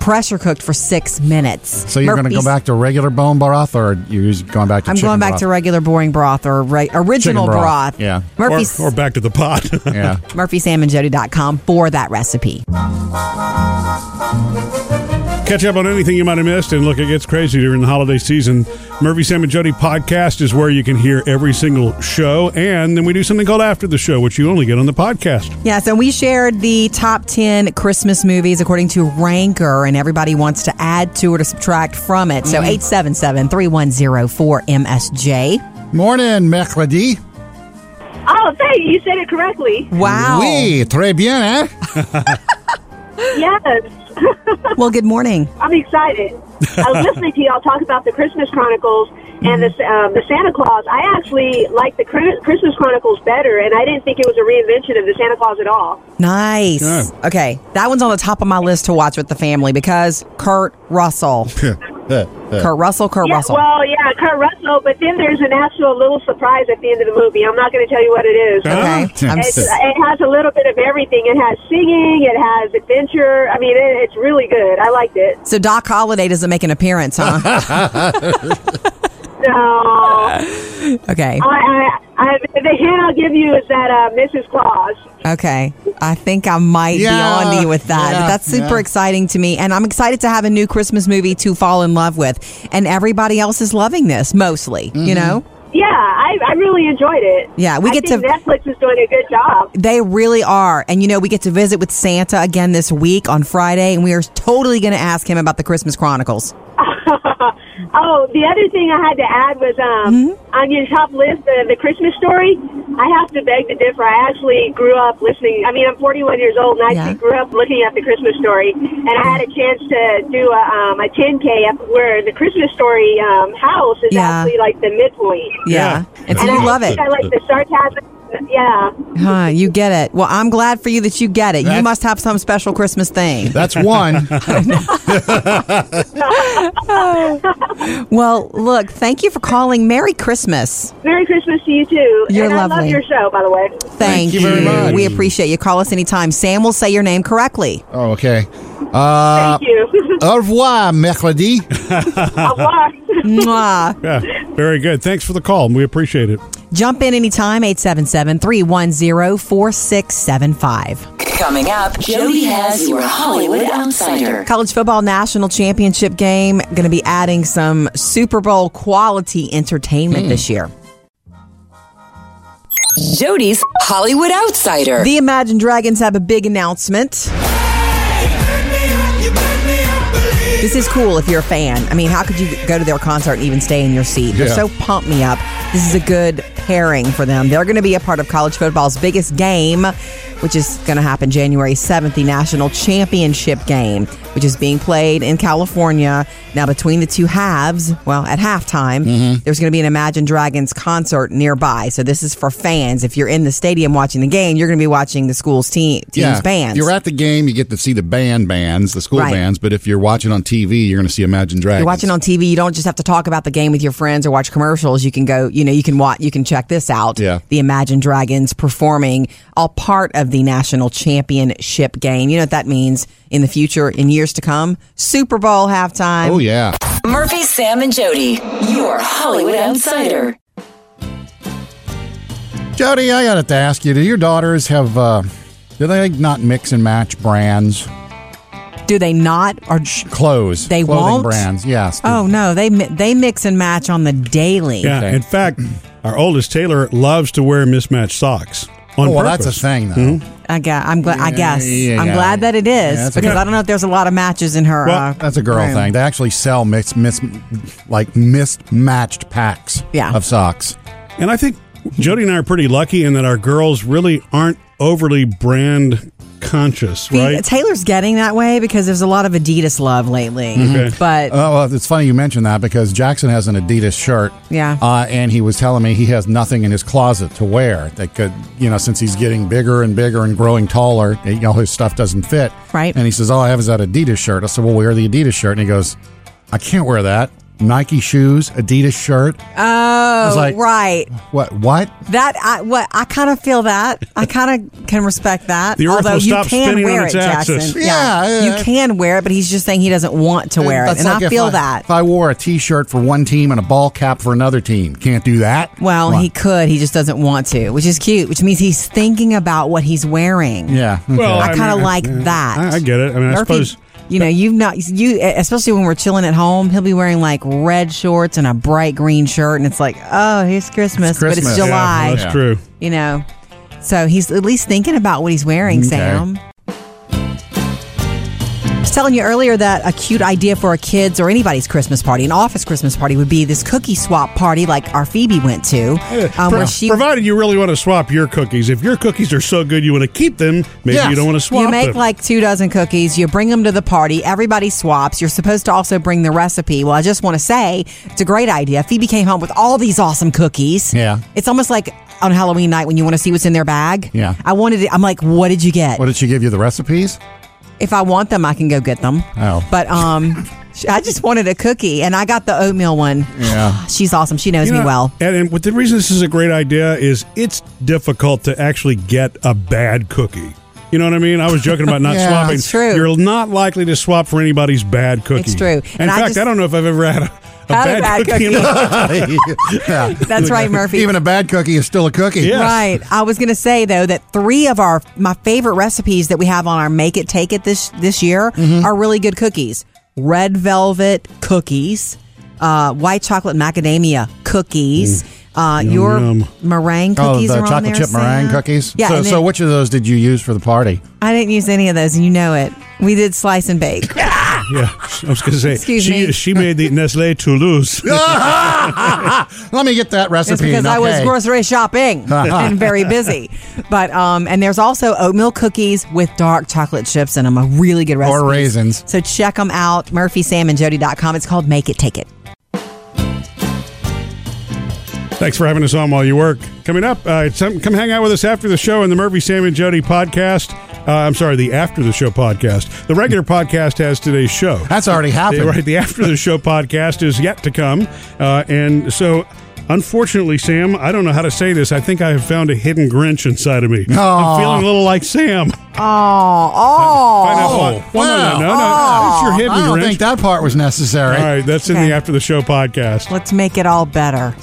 [SPEAKER 2] pressure cooked for six minutes.
[SPEAKER 3] So you're going to go
[SPEAKER 2] Murphy's-
[SPEAKER 3] back to regular bone broth or you're going back to
[SPEAKER 2] I'm
[SPEAKER 3] chicken
[SPEAKER 2] going back
[SPEAKER 3] broth?
[SPEAKER 2] to regular boring broth or re- original
[SPEAKER 3] Chicken
[SPEAKER 2] broth.
[SPEAKER 3] broth, yeah.
[SPEAKER 1] Or,
[SPEAKER 2] Murphy's
[SPEAKER 1] or back to the pot.
[SPEAKER 3] Yeah.
[SPEAKER 2] MurphySamandJody.com for that recipe.
[SPEAKER 1] Catch up on anything you might have missed. And look, it gets crazy during the holiday season. Murphy, Sam, and Jody podcast is where you can hear every single show. And then we do something called After the Show, which you only get on the podcast.
[SPEAKER 2] Yeah, so we shared the top 10 Christmas movies according to Ranker, and everybody wants to add to or to subtract from it.
[SPEAKER 3] Mm-hmm.
[SPEAKER 2] So 877 msj
[SPEAKER 3] Morning, mercredi.
[SPEAKER 6] Oh, thank you. You said it correctly.
[SPEAKER 2] Wow.
[SPEAKER 3] Oui, très bien, eh?
[SPEAKER 6] Yes.
[SPEAKER 2] Well, good morning.
[SPEAKER 6] I'm excited. I was listening to y'all talk about the Christmas Chronicles and the, um, the Santa Claus. I actually like the Chri- Christmas Chronicles better, and I didn't think it was a reinvention of the Santa Claus at all.
[SPEAKER 2] Oh, Nice.
[SPEAKER 1] Yeah.
[SPEAKER 2] Okay, that one's on the top of my list to watch with the family because Kurt Russell, Kurt Russell, Kurt
[SPEAKER 6] Yeah,
[SPEAKER 2] Russell.
[SPEAKER 6] well, yeah, Kurt Russell, but then there's an actual little surprise at the end of the movie. I'm not going to tell you what it is.
[SPEAKER 1] Huh?
[SPEAKER 2] okay, I'm
[SPEAKER 6] It's,
[SPEAKER 2] s-
[SPEAKER 6] it has a little bit of everything. It has singing. It has adventure. I mean, it, it's really good. I liked it.
[SPEAKER 2] so Doc Holliday doesn't make an appearance, huh?
[SPEAKER 6] So,
[SPEAKER 2] okay,
[SPEAKER 6] I, I, I, the hint I'll give you is that uh, Mrs. Claus.
[SPEAKER 2] okay. I think I might
[SPEAKER 3] Yeah,
[SPEAKER 2] be on to you with that.
[SPEAKER 3] yeah,
[SPEAKER 2] That's super
[SPEAKER 3] yeah.
[SPEAKER 2] exciting to me, and I'm excited to have a new Christmas movie to fall in love with. And everybody else is loving this mostly, you
[SPEAKER 3] Mm-hmm.
[SPEAKER 2] know.
[SPEAKER 6] Yeah, I, I really enjoyed it.
[SPEAKER 2] Yeah, we
[SPEAKER 6] I
[SPEAKER 2] get
[SPEAKER 6] think
[SPEAKER 2] to-
[SPEAKER 6] Netflix is doing a good job.
[SPEAKER 2] They really are. And you know, we get to visit with Santa again this week on Friday, and we are totally going to ask him about the Christmas Chronicles.
[SPEAKER 6] oh, the other thing I had to add was um,
[SPEAKER 2] Mm-hmm.
[SPEAKER 6] on your top list, the, the Christmas story. I have to beg to differ. I actually grew up listening. I mean, I'm 41 years old, and I actually grew up looking at the Christmas story. And I had a chance to do a, um, a 10K up where the Christmas story um, house is
[SPEAKER 2] Yeah.
[SPEAKER 6] actually like the midpoint.
[SPEAKER 2] Yeah. And so
[SPEAKER 6] I
[SPEAKER 2] you love it.
[SPEAKER 6] think I like the sarcasm. Yeah.
[SPEAKER 2] Huh, you get it. Well, I'm glad for you that you get it. you must have some special Christmas thing.
[SPEAKER 3] That's one.
[SPEAKER 2] well, look, thank you for calling. Merry Christmas.
[SPEAKER 6] Merry Christmas to you too.
[SPEAKER 2] You're
[SPEAKER 6] and I love
[SPEAKER 2] lovely.
[SPEAKER 6] your show, by the way.
[SPEAKER 2] Thank, you. We appreciate you. Call us anytime. Sam will say your name correctly.
[SPEAKER 3] Oh, okay. Uh,
[SPEAKER 6] Thank you.
[SPEAKER 3] Au revoir, mercredi.
[SPEAKER 2] uh-huh. Mwah.
[SPEAKER 1] Yeah, very good. Thanks for the call. We appreciate it.
[SPEAKER 2] Jump in anytime, 877 310 4675.
[SPEAKER 4] Coming up, Jody has your Hollywood Outsider.
[SPEAKER 2] College football national championship game. Going to be adding some Super Bowl quality entertainment this year.
[SPEAKER 4] Jody's Hollywood Outsider.
[SPEAKER 2] The Imagine Dragons have a big announcement. This is cool if you're a fan. I mean, how could you go to their concert and even stay in your seat? They're
[SPEAKER 11] Yeah.
[SPEAKER 2] so pump me up. This is a good pairing for them. They're going to be a part of college football's biggest game, which is going to happen January 7th, the national championship game, which is being played in California. Now, between the two halves, well, at halftime, there's going to be an Imagine Dragons concert nearby. So, this is for fans. If you're in the stadium watching the game, you're going to be watching the school's team, team's bands.
[SPEAKER 7] You're at the game, you get to see the band bands, the school
[SPEAKER 2] Right.
[SPEAKER 7] bands, but if you're watching on TV, you're going to see Imagine Dragons.
[SPEAKER 2] You're watching on TV. You don't just have to talk about the game with your friends or watch commercials. You can go, you know, you can watch, you can check this out.
[SPEAKER 7] Yeah.
[SPEAKER 2] The Imagine Dragons performing, all part of the national championship game. You know what that means in the future, in years to come? Super Bowl halftime.
[SPEAKER 7] Oh, yeah.
[SPEAKER 4] Murphy, Sam, and Jody, your Hollywood Outsider.
[SPEAKER 3] Jody, I got to ask you: Do your daughters have? Uh, do they not mix and match brands?
[SPEAKER 2] Do they not? Or
[SPEAKER 3] clothes?
[SPEAKER 2] They
[SPEAKER 3] clothing
[SPEAKER 2] won't?
[SPEAKER 3] brands. Yes.
[SPEAKER 2] Oh no, they mi- they mix and match on the daily.
[SPEAKER 1] Yeah. In fact, our oldest Taylor loves to wear mismatched socks on
[SPEAKER 3] Oh, well, that's
[SPEAKER 1] purpose.
[SPEAKER 3] a thing, though.
[SPEAKER 1] Mhm.
[SPEAKER 2] I got. I'm glad. I guess.
[SPEAKER 3] Yeah,
[SPEAKER 2] I'm
[SPEAKER 3] yeah.
[SPEAKER 2] glad that it is
[SPEAKER 3] Yeah, that's a
[SPEAKER 2] because
[SPEAKER 3] good-
[SPEAKER 2] I don't know if there's a lot of matches in her. uh,
[SPEAKER 3] that's a girl
[SPEAKER 2] room.
[SPEAKER 3] thing. They actually sell mix, mis, like mismatched packs
[SPEAKER 2] Yeah.
[SPEAKER 3] of socks.
[SPEAKER 1] And I think Jody and I are pretty lucky in that our girls really aren't overly brand conscious,
[SPEAKER 2] The-
[SPEAKER 1] right?
[SPEAKER 2] Taylor's getting that way because there's a lot of Adidas love lately.
[SPEAKER 3] Mhm.
[SPEAKER 2] But
[SPEAKER 3] Oh, well, it's funny you mentioned that because Jackson has an Adidas shirt.
[SPEAKER 2] Yeah.
[SPEAKER 3] Uh, and he was telling me he has nothing in his closet to wear that could, you know, since he's getting bigger and bigger and growing taller, you know, his stuff doesn't fit.
[SPEAKER 2] Right.
[SPEAKER 3] And he says, All I have is that Adidas shirt. I said, Well, wear the Adidas shirt. And he goes, I can't wear that. Nike shoes, Adidas shirt.
[SPEAKER 2] oh,
[SPEAKER 3] was like-
[SPEAKER 2] right.
[SPEAKER 3] What? What?
[SPEAKER 2] That I what I kind of feel that I kind of can respect that.
[SPEAKER 1] The earth
[SPEAKER 2] Although
[SPEAKER 1] will
[SPEAKER 2] you
[SPEAKER 1] stop
[SPEAKER 2] can
[SPEAKER 1] spinning on
[SPEAKER 2] wear
[SPEAKER 1] its
[SPEAKER 2] it, Jackson.
[SPEAKER 1] axis.
[SPEAKER 2] Yeah,
[SPEAKER 3] Yeah, yeah.
[SPEAKER 2] you can wear it, but he's just saying he doesn't want to wear it,
[SPEAKER 3] That's
[SPEAKER 2] and
[SPEAKER 3] like
[SPEAKER 2] I
[SPEAKER 3] if
[SPEAKER 2] feel that.
[SPEAKER 3] If I wore a t shirt for one team and a ball cap for another team, can't do that.
[SPEAKER 2] Well,
[SPEAKER 3] Come on.
[SPEAKER 2] he could. He just doesn't want to, which is cute. Which means he's thinking about what he's wearing.
[SPEAKER 3] Yeah. Hmm.
[SPEAKER 1] Well,
[SPEAKER 2] I
[SPEAKER 1] I
[SPEAKER 2] kind of
[SPEAKER 1] mean,
[SPEAKER 2] like
[SPEAKER 1] yeah,
[SPEAKER 2] that.
[SPEAKER 1] I- I get it. I mean, I suppose-
[SPEAKER 2] You know, you've not you, especially when we're chilling at home. He'll be wearing like red shorts and a bright green shirt, and it's like, oh, here's Christmas, but
[SPEAKER 3] Christmas.
[SPEAKER 2] it's
[SPEAKER 3] Yeah,
[SPEAKER 2] July.
[SPEAKER 1] that's true.
[SPEAKER 2] You know, so he's at least thinking about what he's wearing,
[SPEAKER 3] Okay.
[SPEAKER 2] Sam. I was telling you earlier that a cute idea for a kid's or anybody's Christmas party, an office Christmas party, would be this cookie swap party like our Phoebe went to. Um, where
[SPEAKER 1] Pro-
[SPEAKER 2] she
[SPEAKER 1] provided you really want to swap your cookies. If your cookies are so good you want to keep them, maybe
[SPEAKER 2] Yes.
[SPEAKER 1] you don't want to swap
[SPEAKER 2] You make
[SPEAKER 1] them.
[SPEAKER 2] like two dozen cookies. You bring them to the party. Everybody swaps. You're supposed to also bring the recipe. Well, I just want to say it's a great idea. Phoebe came home with all these awesome cookies.
[SPEAKER 3] Yeah.
[SPEAKER 2] It's almost like on Halloween night when you want to see what's in their bag.
[SPEAKER 3] Yeah.
[SPEAKER 2] I wanted it. I'm like, what did you get?
[SPEAKER 3] What did she give you? The recipes?
[SPEAKER 2] If I want them, I can go get them.
[SPEAKER 3] Oh.
[SPEAKER 2] But um, sh- I just wanted a cookie and I got the oatmeal one. Ah,
[SPEAKER 3] Yeah.
[SPEAKER 2] She's awesome. She knows
[SPEAKER 1] You
[SPEAKER 2] me
[SPEAKER 1] know,
[SPEAKER 2] well.
[SPEAKER 1] And, and what the reason this is a great idea is it's difficult to actually get a bad cookie. You know what I mean? I was joking about not
[SPEAKER 2] Yeah,
[SPEAKER 1] swapping.
[SPEAKER 2] it's true.
[SPEAKER 1] You're not likely to swap for anybody's bad cookie.
[SPEAKER 2] It's true.
[SPEAKER 1] In
[SPEAKER 2] And I
[SPEAKER 1] fact, I,
[SPEAKER 2] just-
[SPEAKER 1] don't know if I've ever had a, a
[SPEAKER 2] Had a
[SPEAKER 1] bad,
[SPEAKER 2] bad
[SPEAKER 1] cookie. in
[SPEAKER 2] cookie.
[SPEAKER 1] my-
[SPEAKER 3] Yeah.
[SPEAKER 2] That's right, Murphy.
[SPEAKER 3] Even a bad cookie is still a cookie.
[SPEAKER 1] Yes.
[SPEAKER 2] Right. I was going to say though that three of our my favorite recipes that we have on our Make It Take It this this year
[SPEAKER 3] Mm-hmm.
[SPEAKER 2] are really good cookies. Red velvet cookies, uh, white chocolate macadamia cookies. Uh, your
[SPEAKER 1] yum.
[SPEAKER 2] meringue
[SPEAKER 3] Oh,
[SPEAKER 2] cookies
[SPEAKER 3] the
[SPEAKER 2] are on
[SPEAKER 3] chocolate
[SPEAKER 2] there,
[SPEAKER 3] chip meringue
[SPEAKER 2] Sam.
[SPEAKER 3] cookies.
[SPEAKER 2] Yeah.
[SPEAKER 3] So,
[SPEAKER 2] and
[SPEAKER 3] so
[SPEAKER 2] then-
[SPEAKER 3] which of those did you use for the party?
[SPEAKER 2] I didn't use any of those, and you know it. We did slice and bake.
[SPEAKER 1] yeah, I was going to say
[SPEAKER 2] Excuse
[SPEAKER 1] she
[SPEAKER 2] me.
[SPEAKER 1] she made the Nestle Toulouse.
[SPEAKER 3] Let me get that recipe.
[SPEAKER 2] It's because I was
[SPEAKER 3] okay.
[SPEAKER 2] grocery shopping and very busy. But um, and there's also oatmeal cookies with dark chocolate chips in them, a really good recipe.
[SPEAKER 3] Or raisins.
[SPEAKER 2] So check them out, murphysamandjody.com. It's called Make It Take It.
[SPEAKER 1] Thanks for having us on while you work. Coming up, uh, it's, um, come hang out with us after the show in the Murphy, Sam, and Jody podcast. Uh, I'm sorry, the After the Show podcast. The regular podcast has today's show.
[SPEAKER 3] That's already happened.
[SPEAKER 1] The- right, the After the Show podcast is yet to come. Uh, and so, unfortunately, Sam, I don't know how to say this. I think I have found a hidden Grinch inside of me.
[SPEAKER 3] Aw.
[SPEAKER 1] I'm feeling a little like Sam. Find out
[SPEAKER 2] Oh, oh.
[SPEAKER 1] why. Well, no, no, no, no.
[SPEAKER 3] wow.
[SPEAKER 1] It's your hidden
[SPEAKER 3] I don't
[SPEAKER 1] Grinch.
[SPEAKER 3] think that part was necessary.
[SPEAKER 1] All right, that's in
[SPEAKER 2] Okay.
[SPEAKER 1] the After the Show podcast.
[SPEAKER 2] Let's make it all better.